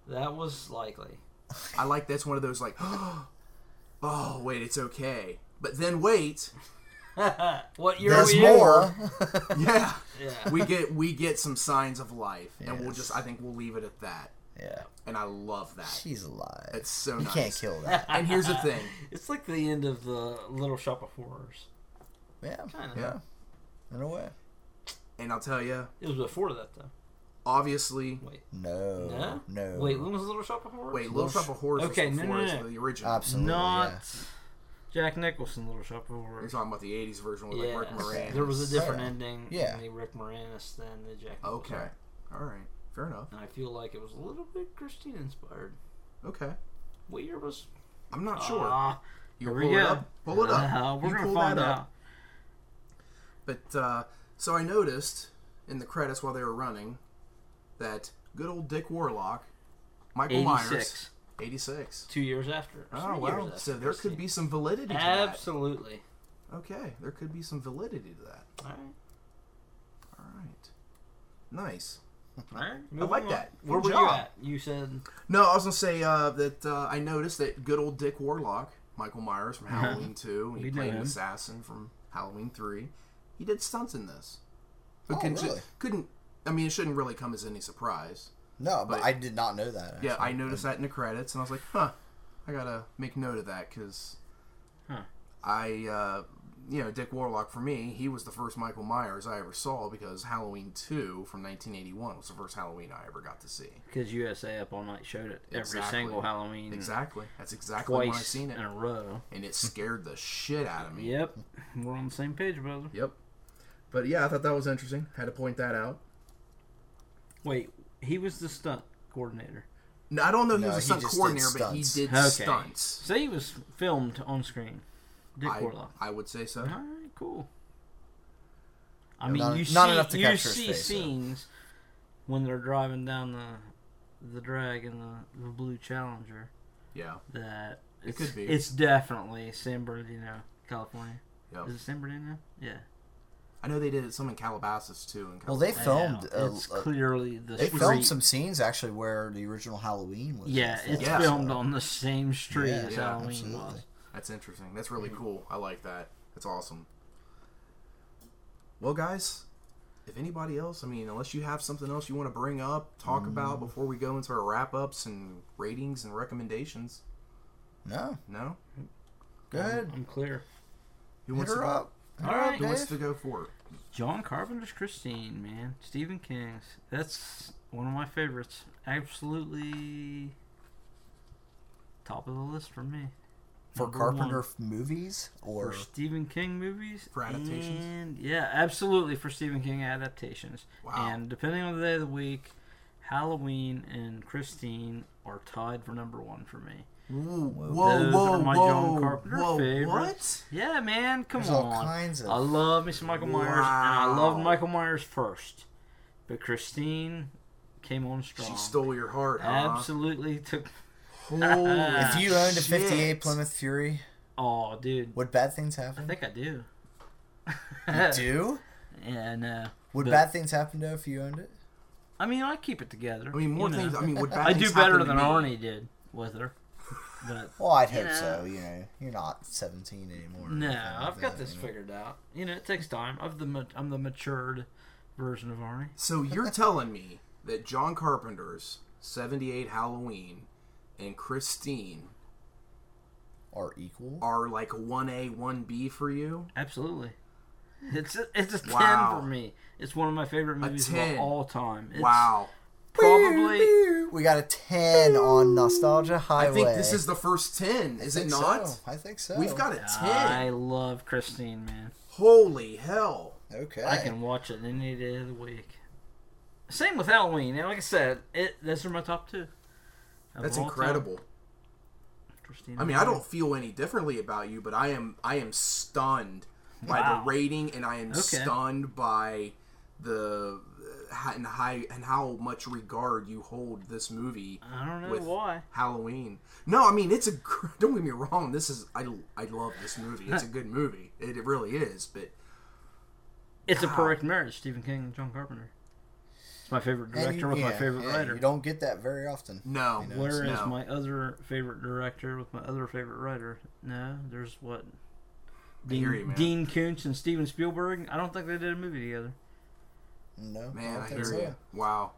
Speaker 9: that was likely.
Speaker 1: I like that's one of those like, oh wait, it's okay. But then wait,
Speaker 9: what year
Speaker 2: There's
Speaker 9: are we in?
Speaker 2: more.
Speaker 1: yeah,
Speaker 9: Yeah.
Speaker 1: we get we get some signs of life, and we'll
Speaker 2: Yes.
Speaker 1: just I think we'll leave it at that.
Speaker 2: yeah.
Speaker 1: And I love that.
Speaker 2: She's alive.
Speaker 1: It's so
Speaker 2: you
Speaker 1: nice.
Speaker 2: can't kill that.
Speaker 1: And here's the thing.
Speaker 9: It's like the end of the Little Shop of Horrors.
Speaker 2: Yeah.
Speaker 9: Kind of.
Speaker 1: Yeah.
Speaker 2: In a way.
Speaker 1: And I'll tell you,
Speaker 9: It was before that, though.
Speaker 1: obviously,
Speaker 9: Wait.
Speaker 2: No.
Speaker 9: No.
Speaker 2: No.
Speaker 9: Wait, when was Little Shop of Horrors?
Speaker 1: wait, Little Shop of Horrors
Speaker 9: Okay,
Speaker 1: was
Speaker 9: no,
Speaker 1: before
Speaker 9: no,
Speaker 1: it's
Speaker 9: no.
Speaker 1: the original.
Speaker 2: Absolutely.
Speaker 9: not
Speaker 2: yeah.
Speaker 9: Jack Nicholson Little Shop of
Speaker 1: You're
Speaker 9: Horrors.
Speaker 1: talking about the '80s version with like Rick
Speaker 9: Yeah,
Speaker 1: Moranis.
Speaker 9: there was a different
Speaker 2: Right.
Speaker 9: ending.
Speaker 2: Yeah.
Speaker 9: in the Rick Moranis than the Jack. Nicholson.
Speaker 1: okay, all right, fair enough.
Speaker 9: and I feel like it was a little bit Christine inspired.
Speaker 1: Okay,
Speaker 9: What year was?
Speaker 1: I'm not sure.
Speaker 9: Ah,
Speaker 1: You
Speaker 9: here
Speaker 1: pull
Speaker 9: we
Speaker 1: it
Speaker 9: go.
Speaker 1: up. Pull it up.
Speaker 9: Uh, we're
Speaker 1: You
Speaker 9: gonna
Speaker 1: pull
Speaker 9: find
Speaker 1: that up.
Speaker 9: out.
Speaker 1: But uh, so I noticed in the credits while they were running that good old Dick Warlock, Michael Myers,
Speaker 9: Eighty-six,
Speaker 1: 86.
Speaker 9: two years after.
Speaker 1: Oh
Speaker 9: three
Speaker 1: wow!
Speaker 9: years after
Speaker 1: So there could be
Speaker 9: Christine.
Speaker 1: some validity to that.
Speaker 9: absolutely.
Speaker 1: Okay, there could be some validity to that.
Speaker 9: All right,
Speaker 1: All right, nice.
Speaker 9: all right. moving
Speaker 1: like
Speaker 9: on.
Speaker 1: that.
Speaker 9: Where
Speaker 1: Good
Speaker 9: were you
Speaker 1: job.
Speaker 9: at? You said
Speaker 1: No, I was gonna say uh, that uh, I noticed that good old Dick Warlock, Michael Myers from Halloween Two,
Speaker 3: Uh-huh. We
Speaker 1: he
Speaker 3: know
Speaker 1: played an
Speaker 3: him.
Speaker 1: assassin from Halloween Three. He did stunts in this. But
Speaker 2: Oh,
Speaker 1: couldn't,
Speaker 2: really?
Speaker 1: couldn't I mean it shouldn't really come as any surprise.
Speaker 2: No, but,
Speaker 1: But-
Speaker 2: I did not know that.
Speaker 1: Yeah,
Speaker 2: actually.
Speaker 1: I noticed that in the credits, and I was like, huh, I gotta make note of that because
Speaker 3: Huh.
Speaker 1: I, uh, you know, Dick Warlock for me, he was the first Michael Myers I ever saw because Halloween 2 from 1981 was the first Halloween I ever got to see.
Speaker 3: Because USA Up All Night showed it every
Speaker 1: Exactly.
Speaker 3: single Halloween.
Speaker 1: Exactly. That's exactly when I
Speaker 3: Mm. Twice
Speaker 1: seen
Speaker 3: in
Speaker 1: it,
Speaker 3: a row.
Speaker 1: and it scared the shit out of me.
Speaker 3: Yep. We're on the same page, brother.
Speaker 1: Yep. But yeah, I thought that was interesting. Had to point that out.
Speaker 3: Wait, he was the stunt coordinator.
Speaker 1: No, I don't know if
Speaker 2: No,
Speaker 1: he was
Speaker 2: he
Speaker 1: a stunt
Speaker 2: just did
Speaker 1: coordinator, but he
Speaker 2: stunts.
Speaker 1: did
Speaker 3: Okay.
Speaker 1: stunts.
Speaker 3: So he was filmed on screen. Dick
Speaker 1: I,
Speaker 3: Warlock. Uh-huh.
Speaker 1: I would say so.
Speaker 3: All right, cool. I mean,
Speaker 2: not-
Speaker 3: you
Speaker 2: not
Speaker 3: see,
Speaker 2: enough to
Speaker 3: you
Speaker 2: capture his
Speaker 3: see
Speaker 2: face, though.
Speaker 3: scenes when they're driving down the the drag in the, the blue Challenger
Speaker 1: Yeah.
Speaker 3: that
Speaker 1: It
Speaker 3: it's,
Speaker 1: could be.
Speaker 3: It's definitely San Bernardino, California.
Speaker 1: Yep.
Speaker 3: Is it San Bernardino? Yeah.
Speaker 1: I know they did some in Calabasas too. In Calabasas.
Speaker 2: Well, they filmed.
Speaker 3: Yeah,
Speaker 2: uh
Speaker 3: it's
Speaker 2: uh,
Speaker 3: clearly the
Speaker 2: they
Speaker 3: street.
Speaker 2: filmed some scenes actually where the original Halloween was.
Speaker 3: Yeah, it's
Speaker 1: Yeah.
Speaker 3: filmed on the same street
Speaker 2: Yeah,
Speaker 3: as
Speaker 1: yeah,
Speaker 3: Halloween
Speaker 2: absolutely.
Speaker 3: was.
Speaker 1: That's interesting. That's really
Speaker 2: Mm-hmm.
Speaker 1: cool. I like that. That's awesome. Well, guys, if anybody else, I mean, unless you have something else you want to bring up, talk about
Speaker 2: Mm-hmm.
Speaker 1: before we go into our wrap ups and ratings and recommendations,
Speaker 2: No,
Speaker 1: no?
Speaker 2: go ahead.
Speaker 3: I'm clear.
Speaker 1: Who
Speaker 2: Hit
Speaker 1: wants,
Speaker 2: her
Speaker 1: to,
Speaker 2: up.
Speaker 3: All right,
Speaker 1: Who wants
Speaker 2: Dave.
Speaker 1: to go for it?
Speaker 3: John Carpenter's Christine, man. Stephen King's. That's one of my favorites. Absolutely top of the list for me.
Speaker 2: For
Speaker 3: Number
Speaker 2: Carpenter
Speaker 3: one.
Speaker 2: f- movies or
Speaker 3: for Stephen King movies
Speaker 1: For adaptations?
Speaker 3: And yeah, absolutely for Stephen King adaptations.
Speaker 1: Wow.
Speaker 3: And depending on the day of the week, Halloween and Christine are tied for number one for me.
Speaker 1: Whoa,
Speaker 3: Those
Speaker 1: whoa,
Speaker 3: are
Speaker 1: whoa,
Speaker 3: my John
Speaker 1: whoa,
Speaker 3: Carpenter favorites.
Speaker 1: what?
Speaker 3: Yeah, man, come
Speaker 2: There's
Speaker 3: on.
Speaker 2: all kinds of-
Speaker 3: I love Mr. Michael Myers, and I
Speaker 1: Wow.
Speaker 3: love Michael Myers first, but Christine came on strong.
Speaker 1: She stole your heart, huh?
Speaker 3: Absolutely took.
Speaker 1: Holy
Speaker 2: If you owned a
Speaker 1: shit.
Speaker 2: 58 Plymouth Fury,
Speaker 3: Oh, dude.
Speaker 2: would bad things
Speaker 3: I
Speaker 2: happen?
Speaker 3: think I do.
Speaker 2: Do?
Speaker 3: Yeah, no.
Speaker 2: Would
Speaker 3: But-
Speaker 2: bad things happen though if you owned it?
Speaker 3: uh, I mean, I keep it together.
Speaker 1: I mean, more
Speaker 3: you know.
Speaker 1: things. I mean, would bad
Speaker 3: I
Speaker 1: things
Speaker 3: do better
Speaker 1: happen to
Speaker 3: than
Speaker 1: me?
Speaker 3: Arnie did with her. But
Speaker 2: Well, I'd hope
Speaker 3: Yeah.
Speaker 2: so. You know, you're not 17 anymore. or
Speaker 3: no,
Speaker 2: anything like
Speaker 3: I've got
Speaker 2: that,
Speaker 3: this
Speaker 2: you know.
Speaker 3: figured out. You know, it takes time. I'm the ma- I'm the matured version of Arnie.
Speaker 1: So you're telling me that John Carpenter's 78 Halloween and Christine
Speaker 2: Are equal.
Speaker 1: are like 1A, 1B for you?
Speaker 3: Absolutely. It's a, it's a
Speaker 1: Wow.
Speaker 3: ten for me. It's one of my favorite movies of
Speaker 1: 10.
Speaker 3: all time. It's
Speaker 1: wow.
Speaker 3: Probably.
Speaker 2: We got a 10 on Nostalgia Highway.
Speaker 1: I think this is the first 10, is it
Speaker 2: Think
Speaker 1: not?
Speaker 2: so. I think so.
Speaker 1: We've got a 10.
Speaker 3: I love Christine, man.
Speaker 1: Holy hell.
Speaker 2: Okay.
Speaker 3: I can watch it any day of the week. Same with Halloween. And like I said, it those are my top two. Of
Speaker 1: That's
Speaker 3: all time.
Speaker 1: incredible.
Speaker 3: Christine
Speaker 1: I mean, I
Speaker 3: Arnold.
Speaker 1: don't feel any differently about you, but I am I am stunned by
Speaker 3: Wow.
Speaker 1: the rating and I am
Speaker 3: Okay.
Speaker 1: stunned by the uh, and how and how much regard you hold this movie.
Speaker 3: I don't know why.
Speaker 1: Halloween. No, I mean it's a. gr- Don't get me wrong. This is I. I love this movie. It's a good movie. It, it really is. But
Speaker 3: It's a perfect marriage, Stephen King and John Carpenter. It's my favorite
Speaker 2: And you-
Speaker 3: director with my
Speaker 2: yeah,
Speaker 3: favorite
Speaker 2: yeah,
Speaker 3: writer.
Speaker 2: You don't get that very often.
Speaker 1: no,
Speaker 2: You know,
Speaker 3: Where is
Speaker 1: no.
Speaker 3: my other favorite director with my other favorite writer? No, there's what
Speaker 1: hear you,
Speaker 3: Dean,
Speaker 1: man.
Speaker 3: Dean Koontz and Steven Spielberg. I don't think they did a movie together.
Speaker 2: No.
Speaker 1: man? I,
Speaker 2: don't
Speaker 1: hear
Speaker 2: think so.
Speaker 1: you. Wow.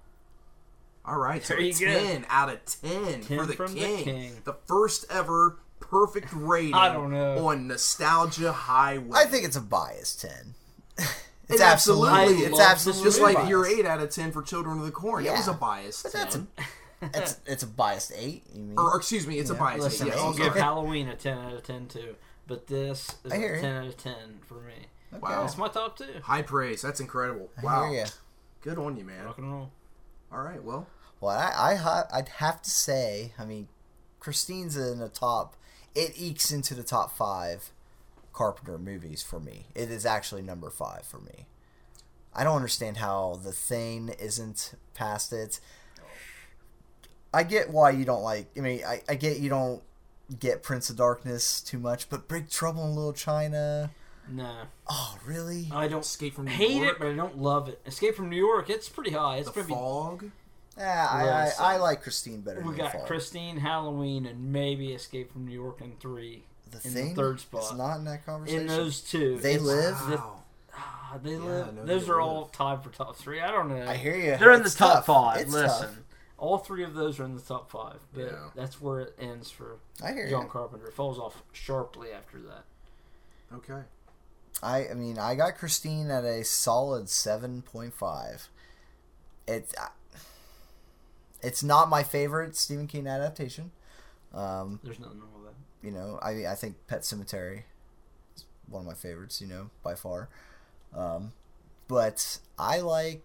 Speaker 1: All right, so
Speaker 3: There you
Speaker 1: a
Speaker 3: go.
Speaker 1: ten out of ten,
Speaker 3: 10
Speaker 1: for the
Speaker 3: from the
Speaker 1: king. the
Speaker 3: king.
Speaker 1: first ever perfect rating.
Speaker 3: I don't know.
Speaker 1: on nostalgia highway.
Speaker 2: I think it's a bias 10.
Speaker 1: It
Speaker 2: it's absolutely.
Speaker 1: absolutely-
Speaker 2: It's
Speaker 1: I love
Speaker 2: absolutely.
Speaker 1: just like
Speaker 2: biased.
Speaker 1: your eight out of ten for Children of the Corn. That
Speaker 2: Yeah.
Speaker 1: was a bias.
Speaker 2: But that's
Speaker 1: 10.
Speaker 2: a, it's, it's a biased 8. You mean?
Speaker 1: or, or excuse me, it's a
Speaker 2: Yeah.
Speaker 1: bias.
Speaker 2: Listen,
Speaker 1: eight. Yes,
Speaker 2: I'll
Speaker 1: I'm
Speaker 3: I'll give
Speaker 1: sorry.
Speaker 3: Halloween a ten out of ten too, but this is
Speaker 2: I hear
Speaker 3: a
Speaker 2: you.
Speaker 3: ten out of ten for me.
Speaker 1: Wow.
Speaker 3: That's my top two.
Speaker 1: High praise. That's incredible.
Speaker 2: I
Speaker 1: Wow.
Speaker 2: hear you.
Speaker 1: Good on you, man.
Speaker 3: Rock and roll.
Speaker 1: All right. Well,
Speaker 2: Well, I, I ha- I'd have to say, I mean, Christine's in the top. It ekes into the top five Carpenter movies for me. It is actually number five for me. I don't understand how The Thing isn't past it. I get why you don't like. I mean, I, I get you don't get Prince of Darkness too much, but Big Trouble in Little China.
Speaker 3: No,
Speaker 2: Oh, really?
Speaker 3: I don't
Speaker 1: Escape from New
Speaker 3: hate
Speaker 1: York.
Speaker 3: it, but I don't love it. Escape from New York. It's pretty high. It's
Speaker 1: the
Speaker 3: probably
Speaker 1: fog.
Speaker 2: Yeah, I, I, I like Christine better.
Speaker 3: We
Speaker 2: than
Speaker 3: got
Speaker 2: Fall.
Speaker 3: Christine, Halloween, and maybe Escape from New York in three.
Speaker 2: The
Speaker 3: in
Speaker 2: Thing.
Speaker 3: the third spot.
Speaker 2: It's not in that conversation.
Speaker 3: in those two.
Speaker 2: They
Speaker 3: it's-
Speaker 2: live.
Speaker 1: Wow.
Speaker 3: ah, they live.
Speaker 1: no,
Speaker 3: those
Speaker 1: they
Speaker 3: are
Speaker 1: live.
Speaker 3: all tied for top three. I don't know.
Speaker 2: I hear you.
Speaker 3: They're in
Speaker 2: It's
Speaker 3: the top
Speaker 2: tough.
Speaker 3: five.
Speaker 2: It's
Speaker 3: Listen,
Speaker 2: tough.
Speaker 3: all three of those are in the top five, but
Speaker 1: Yeah.
Speaker 3: that's where it ends for
Speaker 2: I hear
Speaker 3: John
Speaker 2: you.
Speaker 3: Carpenter. It falls off sharply after that.
Speaker 1: Okay.
Speaker 2: I, I mean, I got Christine at a solid seven point five. It's I- it's not my favorite Stephen King adaptation. Um,
Speaker 3: There's nothing wrong with that.
Speaker 2: you know, I I think Pet Cemetery is one of my favorites. You know, by far. Um, but I like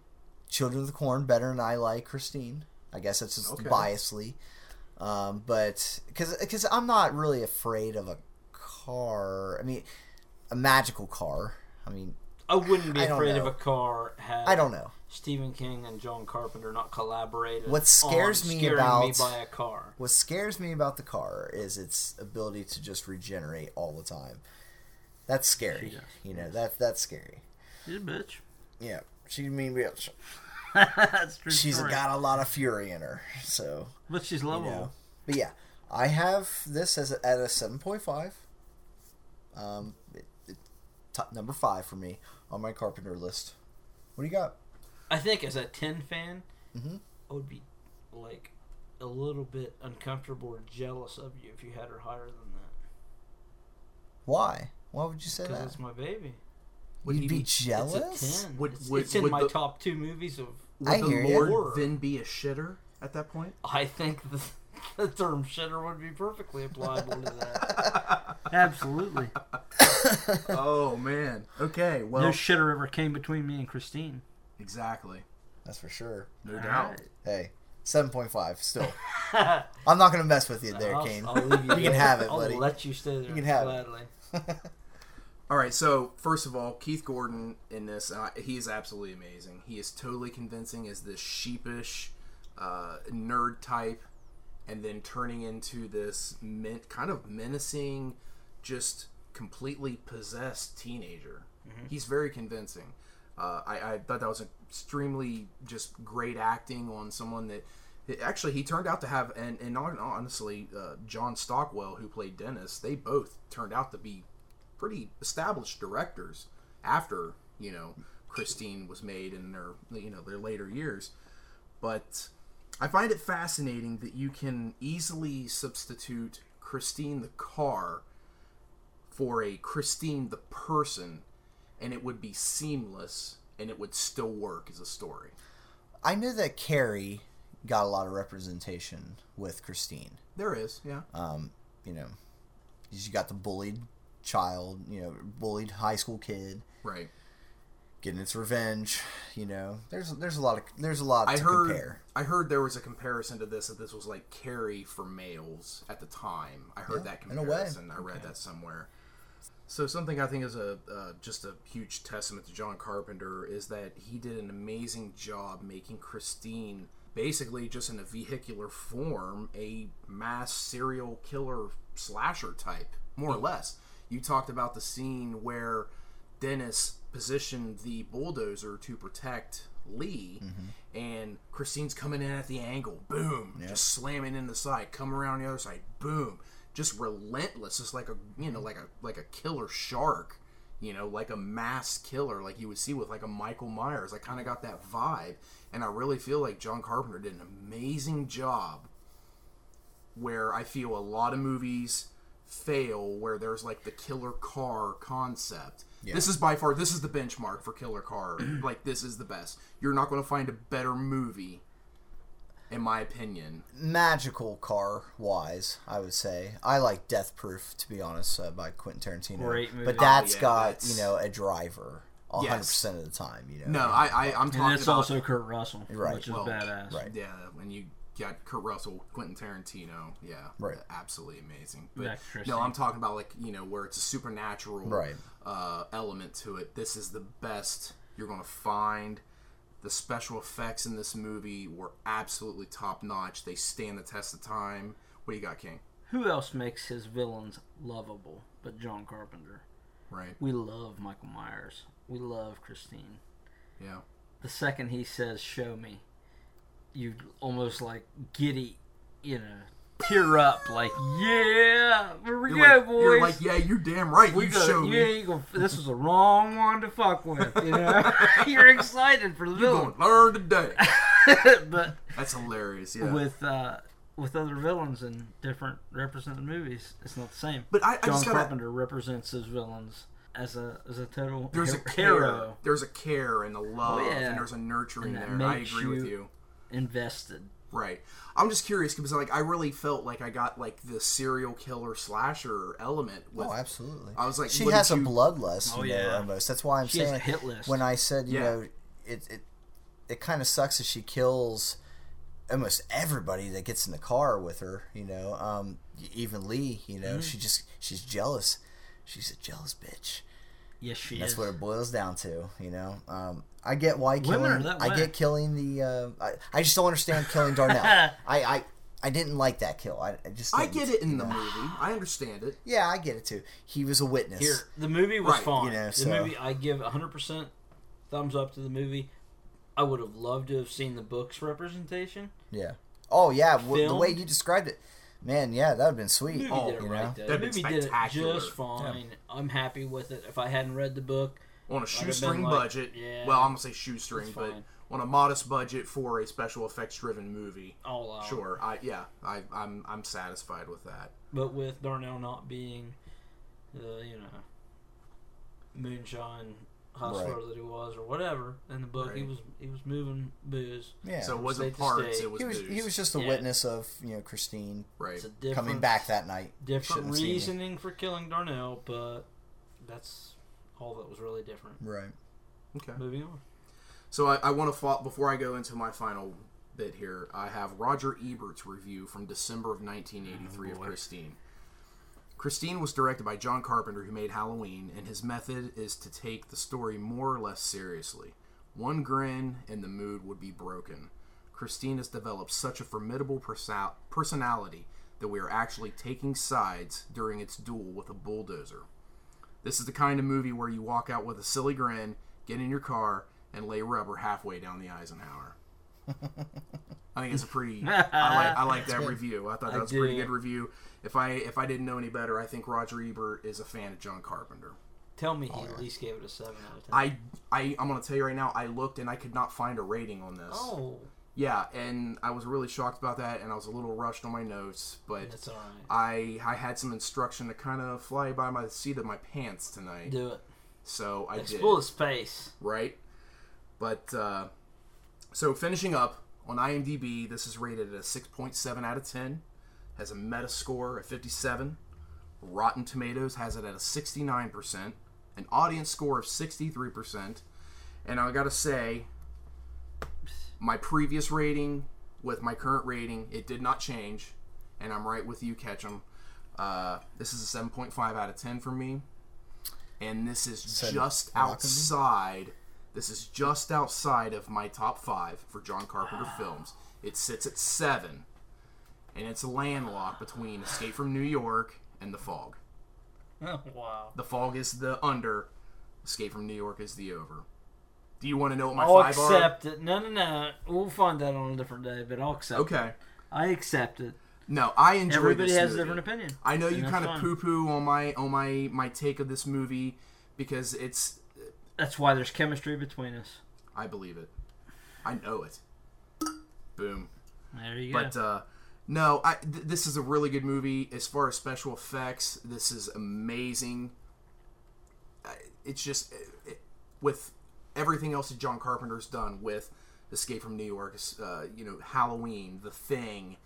Speaker 2: Children of the Corn better than I like Christine. I guess that's just
Speaker 1: Okay.
Speaker 2: biasly. Um, but because because I'm not really afraid of a car. I mean, a magical car. I mean,
Speaker 3: I wouldn't be
Speaker 2: I don't
Speaker 3: afraid of
Speaker 2: know.
Speaker 3: a car. Had
Speaker 2: I don't know.
Speaker 3: Stephen King and John Carpenter not collaborated.
Speaker 2: What scares
Speaker 3: on
Speaker 2: me
Speaker 3: scaring me
Speaker 2: about-
Speaker 3: by a car.
Speaker 2: What scares me about the car is its ability to just regenerate all the time. That's scary. You know that that's scary.
Speaker 3: She's a bitch.
Speaker 2: Yeah, she's a mean bitch.
Speaker 3: that's true.
Speaker 2: She's
Speaker 3: story.
Speaker 2: got a lot of fury in her. So
Speaker 3: but she's
Speaker 2: you
Speaker 3: lovable.
Speaker 2: know. But yeah, I have this as a, at a seven point five. Um, it, it, top number five for me on my Carpenter list. What do you got?
Speaker 3: I think as a ten fan,
Speaker 2: Mm-hmm.
Speaker 3: I would be like a little bit uncomfortable or jealous of you if you had her higher than that
Speaker 2: Why? Why would you say
Speaker 3: because
Speaker 2: that?
Speaker 3: it's my baby.
Speaker 1: Would
Speaker 2: You'd
Speaker 1: he
Speaker 2: be
Speaker 1: be?
Speaker 2: jealous.
Speaker 3: It's a ten.
Speaker 1: Would-
Speaker 3: it's,
Speaker 1: would-
Speaker 3: it's in
Speaker 1: would
Speaker 3: my
Speaker 1: the-
Speaker 3: top two movies of.
Speaker 1: Would
Speaker 2: I
Speaker 1: the
Speaker 2: hear ya.
Speaker 1: Lord then be a shitter at that point?
Speaker 3: I think the, the term shitter would be perfectly applicable to that. Absolutely,
Speaker 1: oh man. Okay. Well.
Speaker 3: no shitter ever came between me and Christine.
Speaker 1: exactly.
Speaker 2: That's for sure.
Speaker 1: No doubt.
Speaker 2: Hey, seven point five still. I'm not gonna mess with you there,
Speaker 3: I'll,
Speaker 2: Kane.
Speaker 3: I'll leave you.
Speaker 2: You can have it,
Speaker 3: I'll
Speaker 2: buddy.
Speaker 3: let you stay there.
Speaker 2: You can have it.
Speaker 3: gladly.
Speaker 1: All right, so first of all, Keith Gordon in this, uh, he is absolutely amazing. He is totally convincing as this sheepish uh, nerd type, and then turning into this men- kind of menacing, just completely possessed teenager. He's very convincing. Uh, I, I thought that was extremely just great acting on someone that. Actually, he turned out to have, and, and hon- honestly, uh, John Stockwell, who played Dennis, they both turned out to be pretty established directors after you know Christine was made in their you know their later years. But I find it fascinating that you can easily substitute Christine the car for a Christine the person, and it would be seamless and it would still work as a story.
Speaker 2: I know that Carrie got a lot of representation with Christine.
Speaker 1: There is, yeah.
Speaker 2: You know, you got the bullied child, you know, bullied high school kid
Speaker 1: right.
Speaker 2: getting its revenge. You know, there's there's a lot of there's a lot
Speaker 1: I
Speaker 2: to
Speaker 1: heard.
Speaker 2: compare.
Speaker 1: I heard there was a comparison to this that this was like Carrie for males at the time. I heard
Speaker 2: Yeah,
Speaker 1: that
Speaker 2: in a way.
Speaker 1: comparison. I read that somewhere. So something I think is a uh, just a huge testament to John Carpenter is that he did an amazing job making Christine basically just in a vehicular form a mass serial killer slasher type more or less. You talked about the scene where Dennis positioned the bulldozer to protect Lee, and Christine's coming in at the angle, boom, just slamming in the side, come around the other side, boom, just relentless, just like a you know like a like a killer shark, you know, like a mass killer, like you would see with like a Michael Myers. I kind of got that vibe, and I really feel like John Carpenter did an amazing job where I feel a lot of movies fail where there's like the killer car concept. This is by far this is the benchmark for killer car. like this is the best. You're not going to find a better movie in my opinion.
Speaker 2: Magical car wise, I would say. I like Death Proof to be honest uh, by Quentin Tarantino.
Speaker 9: Great movie.
Speaker 2: But that's
Speaker 1: Oh, yeah,
Speaker 2: got
Speaker 1: that's-
Speaker 2: you know a driver a
Speaker 1: Yes.
Speaker 2: hundred percent of the time. You know.
Speaker 1: No, I, I I'm talking
Speaker 3: And that's
Speaker 1: about
Speaker 3: also Kurt Russell,
Speaker 2: Right,
Speaker 3: which is
Speaker 1: well,
Speaker 3: badass.
Speaker 2: right.
Speaker 1: yeah, when you got Kurt Russell, Quentin Tarantino, yeah,
Speaker 2: Right.
Speaker 1: absolutely amazing.
Speaker 3: Yeah,
Speaker 1: But
Speaker 3: sure,
Speaker 1: no,
Speaker 3: same.
Speaker 1: I'm talking about like you know where it's a supernatural
Speaker 2: Right.
Speaker 1: uh, element to it. This is the best you're going to find. The special effects in this movie were absolutely top notch. They stand the test of time. What do you got, King?
Speaker 3: Who else makes his villains lovable but John Carpenter?
Speaker 1: Right?
Speaker 3: We love Michael Myers. We love Christine.
Speaker 1: Yeah.
Speaker 3: The second he says "Show me," you almost like giddy, you know, tear up, like yeah, here we
Speaker 1: You're,
Speaker 3: go,
Speaker 1: like,
Speaker 3: boys.
Speaker 1: you're like, yeah, you're damn right.
Speaker 3: we
Speaker 1: you
Speaker 3: go,
Speaker 1: showed
Speaker 3: you
Speaker 1: me.
Speaker 3: ain't gonna, this was the wrong one to fuck with. You know, you're excited for the
Speaker 1: You're going
Speaker 3: villain,
Speaker 1: to learn today.
Speaker 3: but
Speaker 1: That's hilarious. Yeah.
Speaker 3: with uh, with other villains in different represented movies, it's not the same.
Speaker 1: but I, I
Speaker 3: John
Speaker 1: just gotta,
Speaker 3: Carpenter represents his villains as a as a total
Speaker 1: there's a
Speaker 3: her-
Speaker 1: care.
Speaker 3: hero
Speaker 1: There's a care and a love,
Speaker 3: yeah.
Speaker 1: and there's a nurturing
Speaker 3: And that
Speaker 1: there. I
Speaker 3: makes
Speaker 1: agree with
Speaker 3: you-
Speaker 1: you.
Speaker 3: invested.
Speaker 1: Right. I'm just curious because like I really felt like I got like the serial killer slasher element. With,
Speaker 2: Oh, absolutely.
Speaker 1: I was like,
Speaker 2: she
Speaker 1: what
Speaker 2: has
Speaker 1: did
Speaker 2: a
Speaker 1: you-
Speaker 2: bloodlust.
Speaker 3: Oh,
Speaker 2: in there
Speaker 3: yeah.
Speaker 2: almost. That's why I'm
Speaker 3: She has
Speaker 2: saying
Speaker 3: a hit list.
Speaker 2: when I said you
Speaker 1: Yeah.
Speaker 2: know it it it kind of sucks that she kills almost everybody that gets in the car with her. You know, um, even Lee. You
Speaker 3: Mm.
Speaker 2: know, she just she's jealous. She's a jealous bitch.
Speaker 3: Yes, she
Speaker 2: That's
Speaker 3: is.
Speaker 2: what it boils down to, you know. Um, I get why
Speaker 3: Women
Speaker 2: killing.
Speaker 3: are that
Speaker 2: I
Speaker 3: way.
Speaker 2: get killing the. Uh, I, I just don't understand killing Darnell. I, I I didn't like that kill. I, I just
Speaker 1: I
Speaker 2: didn't,
Speaker 1: get it
Speaker 2: you
Speaker 1: in the
Speaker 2: know.
Speaker 1: movie. I understand it.
Speaker 2: Yeah, I get it too. He was a witness.
Speaker 9: Here, the movie was
Speaker 1: Right,
Speaker 9: fine.
Speaker 2: you know,
Speaker 9: the
Speaker 2: so-
Speaker 9: movie, I give 100% thumbs up to the movie. I would have loved to have seen the book's representation.
Speaker 2: Yeah. Oh yeah, w- the
Speaker 9: Film.
Speaker 2: way you described it, man. Yeah, that would have been
Speaker 9: The
Speaker 2: sweet.
Speaker 9: movie
Speaker 2: Oh,
Speaker 9: did it
Speaker 2: you know?
Speaker 9: right, though. The
Speaker 1: Oh, That'd been
Speaker 9: movie did it
Speaker 1: spectacular.
Speaker 9: just fine. I'm happy with it. If I hadn't read the book,
Speaker 1: On a
Speaker 9: been
Speaker 1: shoestring
Speaker 9: like-
Speaker 1: budget.
Speaker 9: yeah.
Speaker 1: well, I'm gonna say shoestring,
Speaker 9: It's
Speaker 1: but
Speaker 9: fine.
Speaker 1: on a modest budget for a special effects driven movie.
Speaker 9: all
Speaker 3: Oh.
Speaker 9: out.
Speaker 1: Sure. I yeah. I I'm I'm satisfied with that.
Speaker 9: But with Darnell not being the, you know, moonshine hustler
Speaker 2: Right.
Speaker 9: that he was or whatever in the book, he
Speaker 1: Right.
Speaker 9: was he was moving booze.
Speaker 2: Yeah.
Speaker 1: so it
Speaker 9: State
Speaker 1: wasn't
Speaker 9: to
Speaker 1: parts.
Speaker 9: state.
Speaker 1: It was,
Speaker 2: he was
Speaker 1: booze.
Speaker 2: he was just a
Speaker 9: Yeah.
Speaker 2: witness of you know Christine
Speaker 1: right.
Speaker 9: It's a different
Speaker 2: coming back that night.
Speaker 9: different
Speaker 2: Shouldn't have seen me.
Speaker 9: reasoning for killing Darnell, but that's all that was really different.
Speaker 2: Right.
Speaker 1: okay.
Speaker 9: Moving on.
Speaker 1: So I, I want to fall before I go into my final bit here. I have Roger Ebert's review from December of 1983 of Christine. Christine was directed by John Carpenter, who made Halloween, and his method is to take the story more or less seriously. One grin and the mood would be broken. Christine has developed such a formidable perso- personality that we are actually taking sides during its duel with a bulldozer. This is the kind of movie where you walk out with a silly grin, get in your car, and lay rubber halfway down the Eisenhower. I think it's a pretty. I like, I like that review. I thought that
Speaker 3: I
Speaker 1: was a pretty
Speaker 3: do.
Speaker 1: good review. If I if I didn't know any better, I think Roger Ebert is a fan of John Carpenter.
Speaker 3: Tell me he at least gave it a seven out of ten.
Speaker 1: I I I'm gonna tell you right now. I looked and I could not find a rating on this.
Speaker 3: oh,
Speaker 1: Yeah, and I was really shocked about that, and I was a little rushed on my notes, but
Speaker 3: that's all right.
Speaker 1: I I had some instruction to kind of fly by my seat of my pants tonight,
Speaker 3: do it.
Speaker 1: so I did
Speaker 3: Explore the space.
Speaker 1: right? But uh, so finishing up on IMDb, this is rated at a 6.7 out of 10, has a Metascore of 57. Rotten Tomatoes has it at a 69%, an audience score of 63%. And I gotta say, my previous rating with my current rating, it did not change, and I'm right with you, Ketchum. Uh, this is a 7.5 out of 10 for me, and this is
Speaker 2: Said
Speaker 1: just
Speaker 2: Lockerbie?
Speaker 1: outside. This is just outside of my top five for John Carpenter
Speaker 3: Ah.
Speaker 1: films. It sits at seven, and it's landlocked between Escape from New York and The Fog.
Speaker 3: wow.
Speaker 1: The Fog is the under. Escape from New York is the over. Do you want to know what my
Speaker 3: I'll
Speaker 1: five are?
Speaker 3: accept it. No, no, no. We'll find that on a different day, but I'll accept it.
Speaker 1: Okay.
Speaker 3: I accept it.
Speaker 1: No, I enjoyed
Speaker 3: Everybody
Speaker 1: this
Speaker 3: has a
Speaker 1: movie.
Speaker 3: different opinion.
Speaker 1: I know you
Speaker 3: that's
Speaker 1: kind of
Speaker 3: fine.
Speaker 1: poo-poo on my on my my take of this movie because it's
Speaker 3: That's why there's chemistry between us.
Speaker 1: I believe it. I know it. Boom.
Speaker 3: There you go.
Speaker 1: But uh, no, I th- this is a really good movie as far as special effects. This is amazing. I- It's just it, it- with everything else that John Carpenter's done with Escape from New York, uh, you know, Halloween, The Thing,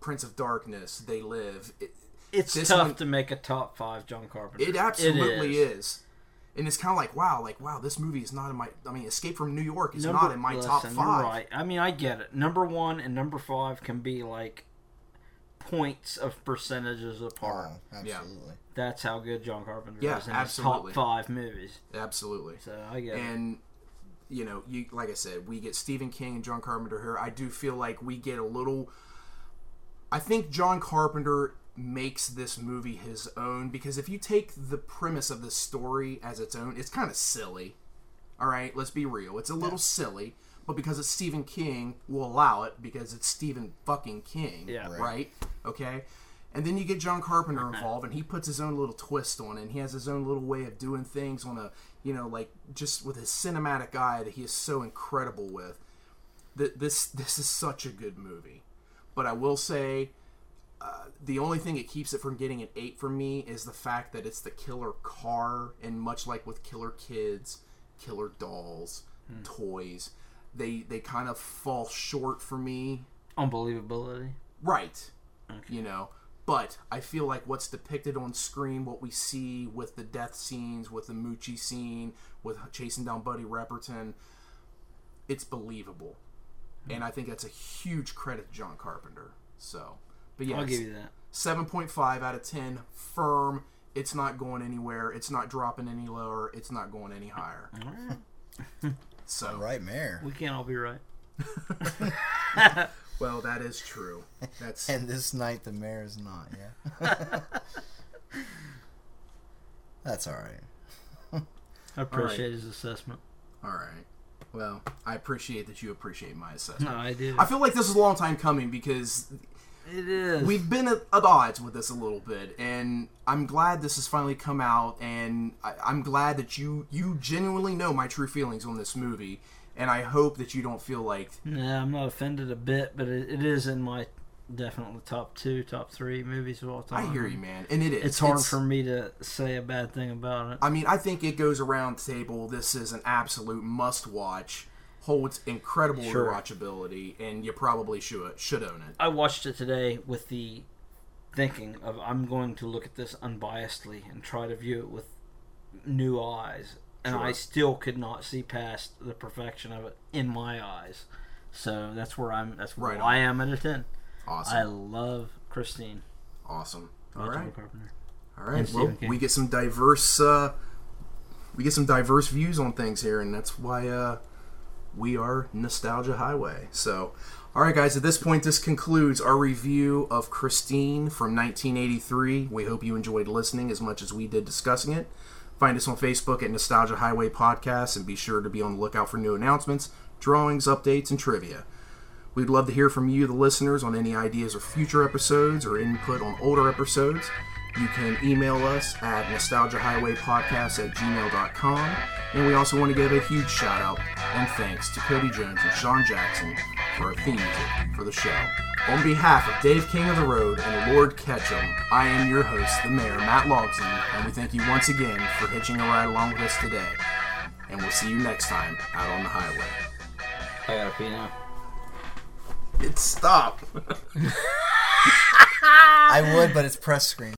Speaker 1: Prince of Darkness, They Live. It,
Speaker 3: it's
Speaker 1: this
Speaker 3: tough
Speaker 1: one-
Speaker 3: to make a top five John Carpenter.
Speaker 1: it absolutely is. And it's kind of like wow, like wow, this movie is not in my. I mean, Escape from New York is not in my top
Speaker 3: listen, you're
Speaker 1: five.
Speaker 3: Right. I mean, I get it. Number one and number five can be like points of percentages apart.
Speaker 2: Oh, absolutely.
Speaker 3: That's how good John Carpenter
Speaker 1: Yeah,
Speaker 3: is in
Speaker 1: absolutely.
Speaker 3: his top five movies.
Speaker 1: Absolutely.
Speaker 3: So I get it.
Speaker 1: and you know you like i said we get stephen king and john carpenter here i do feel like we get a little i think john carpenter makes this movie his own because if you take the premise of the story as its own it's kind of silly all right let's be real it's a little silly but because it's stephen king we'll allow it because it's stephen fucking king
Speaker 3: Yeah.
Speaker 1: right, okay and then you get John Carpenter involved, and he puts his own little twist on it. And he has his own little way of doing things on a, you know, like just with his cinematic eye that he is so incredible with. Th- This this is such a good movie, but I will say, uh, the only thing that keeps it from getting an eight from me is the fact that it's the killer car, and much like with Killer Kids, Killer Dolls, toys, they they kind of fall short for me
Speaker 3: Unbelievability.
Speaker 1: Right. You know, but I feel like what's depicted on screen, what we see with the death scenes, with the Moochie scene, with chasing down Buddy Repperton, it's believable.
Speaker 3: Hmm.
Speaker 1: And I think that's a huge credit to John Carpenter. So, but
Speaker 3: I'll give
Speaker 1: yes,
Speaker 3: you that.
Speaker 1: 7.5 out of 10, firm. It's not going anywhere. It's not dropping any lower. It's not going any higher. so,
Speaker 2: Right, Mayor.
Speaker 3: We can't all be right.
Speaker 1: well, that is true. That's
Speaker 2: And this night the mayor is not, yeah. That's all right.
Speaker 3: I appreciate his assessment.
Speaker 1: All right. Well, I appreciate that you appreciate my assessment.
Speaker 3: No, I do.
Speaker 1: I feel like this is a long time coming because
Speaker 3: It is.
Speaker 1: we've been at, at odds with this a little bit, and I'm glad this has finally come out, and I, I'm glad that you you genuinely know my true feelings on this movie, and I hope that you don't feel like
Speaker 3: Yeah, I'm not offended a bit, but it, it is in my definitely top two, top three movies of all
Speaker 1: I
Speaker 3: time.
Speaker 1: hear you, man, and it is.
Speaker 3: It's hard for me to say a bad thing about it.
Speaker 1: I mean, I think it goes around the table. This is an absolute must watch. Holds incredible
Speaker 3: Sure.
Speaker 1: rewatchability, and you probably should should own it.
Speaker 3: I watched it today with the thinking of I'm going to look at this unbiasedly and try to view it with new eyes, and I still could not see past the perfection of it in my eyes. So that's where I'm. That's where
Speaker 1: Right on.
Speaker 3: I am at a ten. I
Speaker 1: Awesome,
Speaker 3: love Christine.
Speaker 1: awesome.
Speaker 3: by
Speaker 1: All
Speaker 3: John
Speaker 1: right.
Speaker 3: Carpenter.
Speaker 1: All right.
Speaker 3: Stephen
Speaker 1: Well,
Speaker 3: King.
Speaker 1: we get some diverse. Uh, we get some diverse views on things here, and that's why uh, we are Nostalgia Highway. So, all right, guys, at this point, this concludes our review of Christine from 1983. We hope you enjoyed listening as much as we did discussing it. Find us on Facebook at Nostalgia Highway Podcast and be sure to be on the lookout for new announcements, drawings, updates, and trivia. We'd love to hear from you, the listeners, on any ideas for future episodes or input on older episodes. You can email us at nostalgiahighwaypodcast at gmail.com. And we also want to give a huge shout out and thanks to Cody Jones and Sean Jackson for our theme music for the show. On behalf of Dave King of the Road and Lord Ketchum, I am your host, the Mayor, Matt Logsdon, and we thank you once again for hitching a ride along with us today. And we'll see you next time out on the highway.
Speaker 9: I gotta pee now.
Speaker 1: It stopped.
Speaker 2: I would, but it's press screen.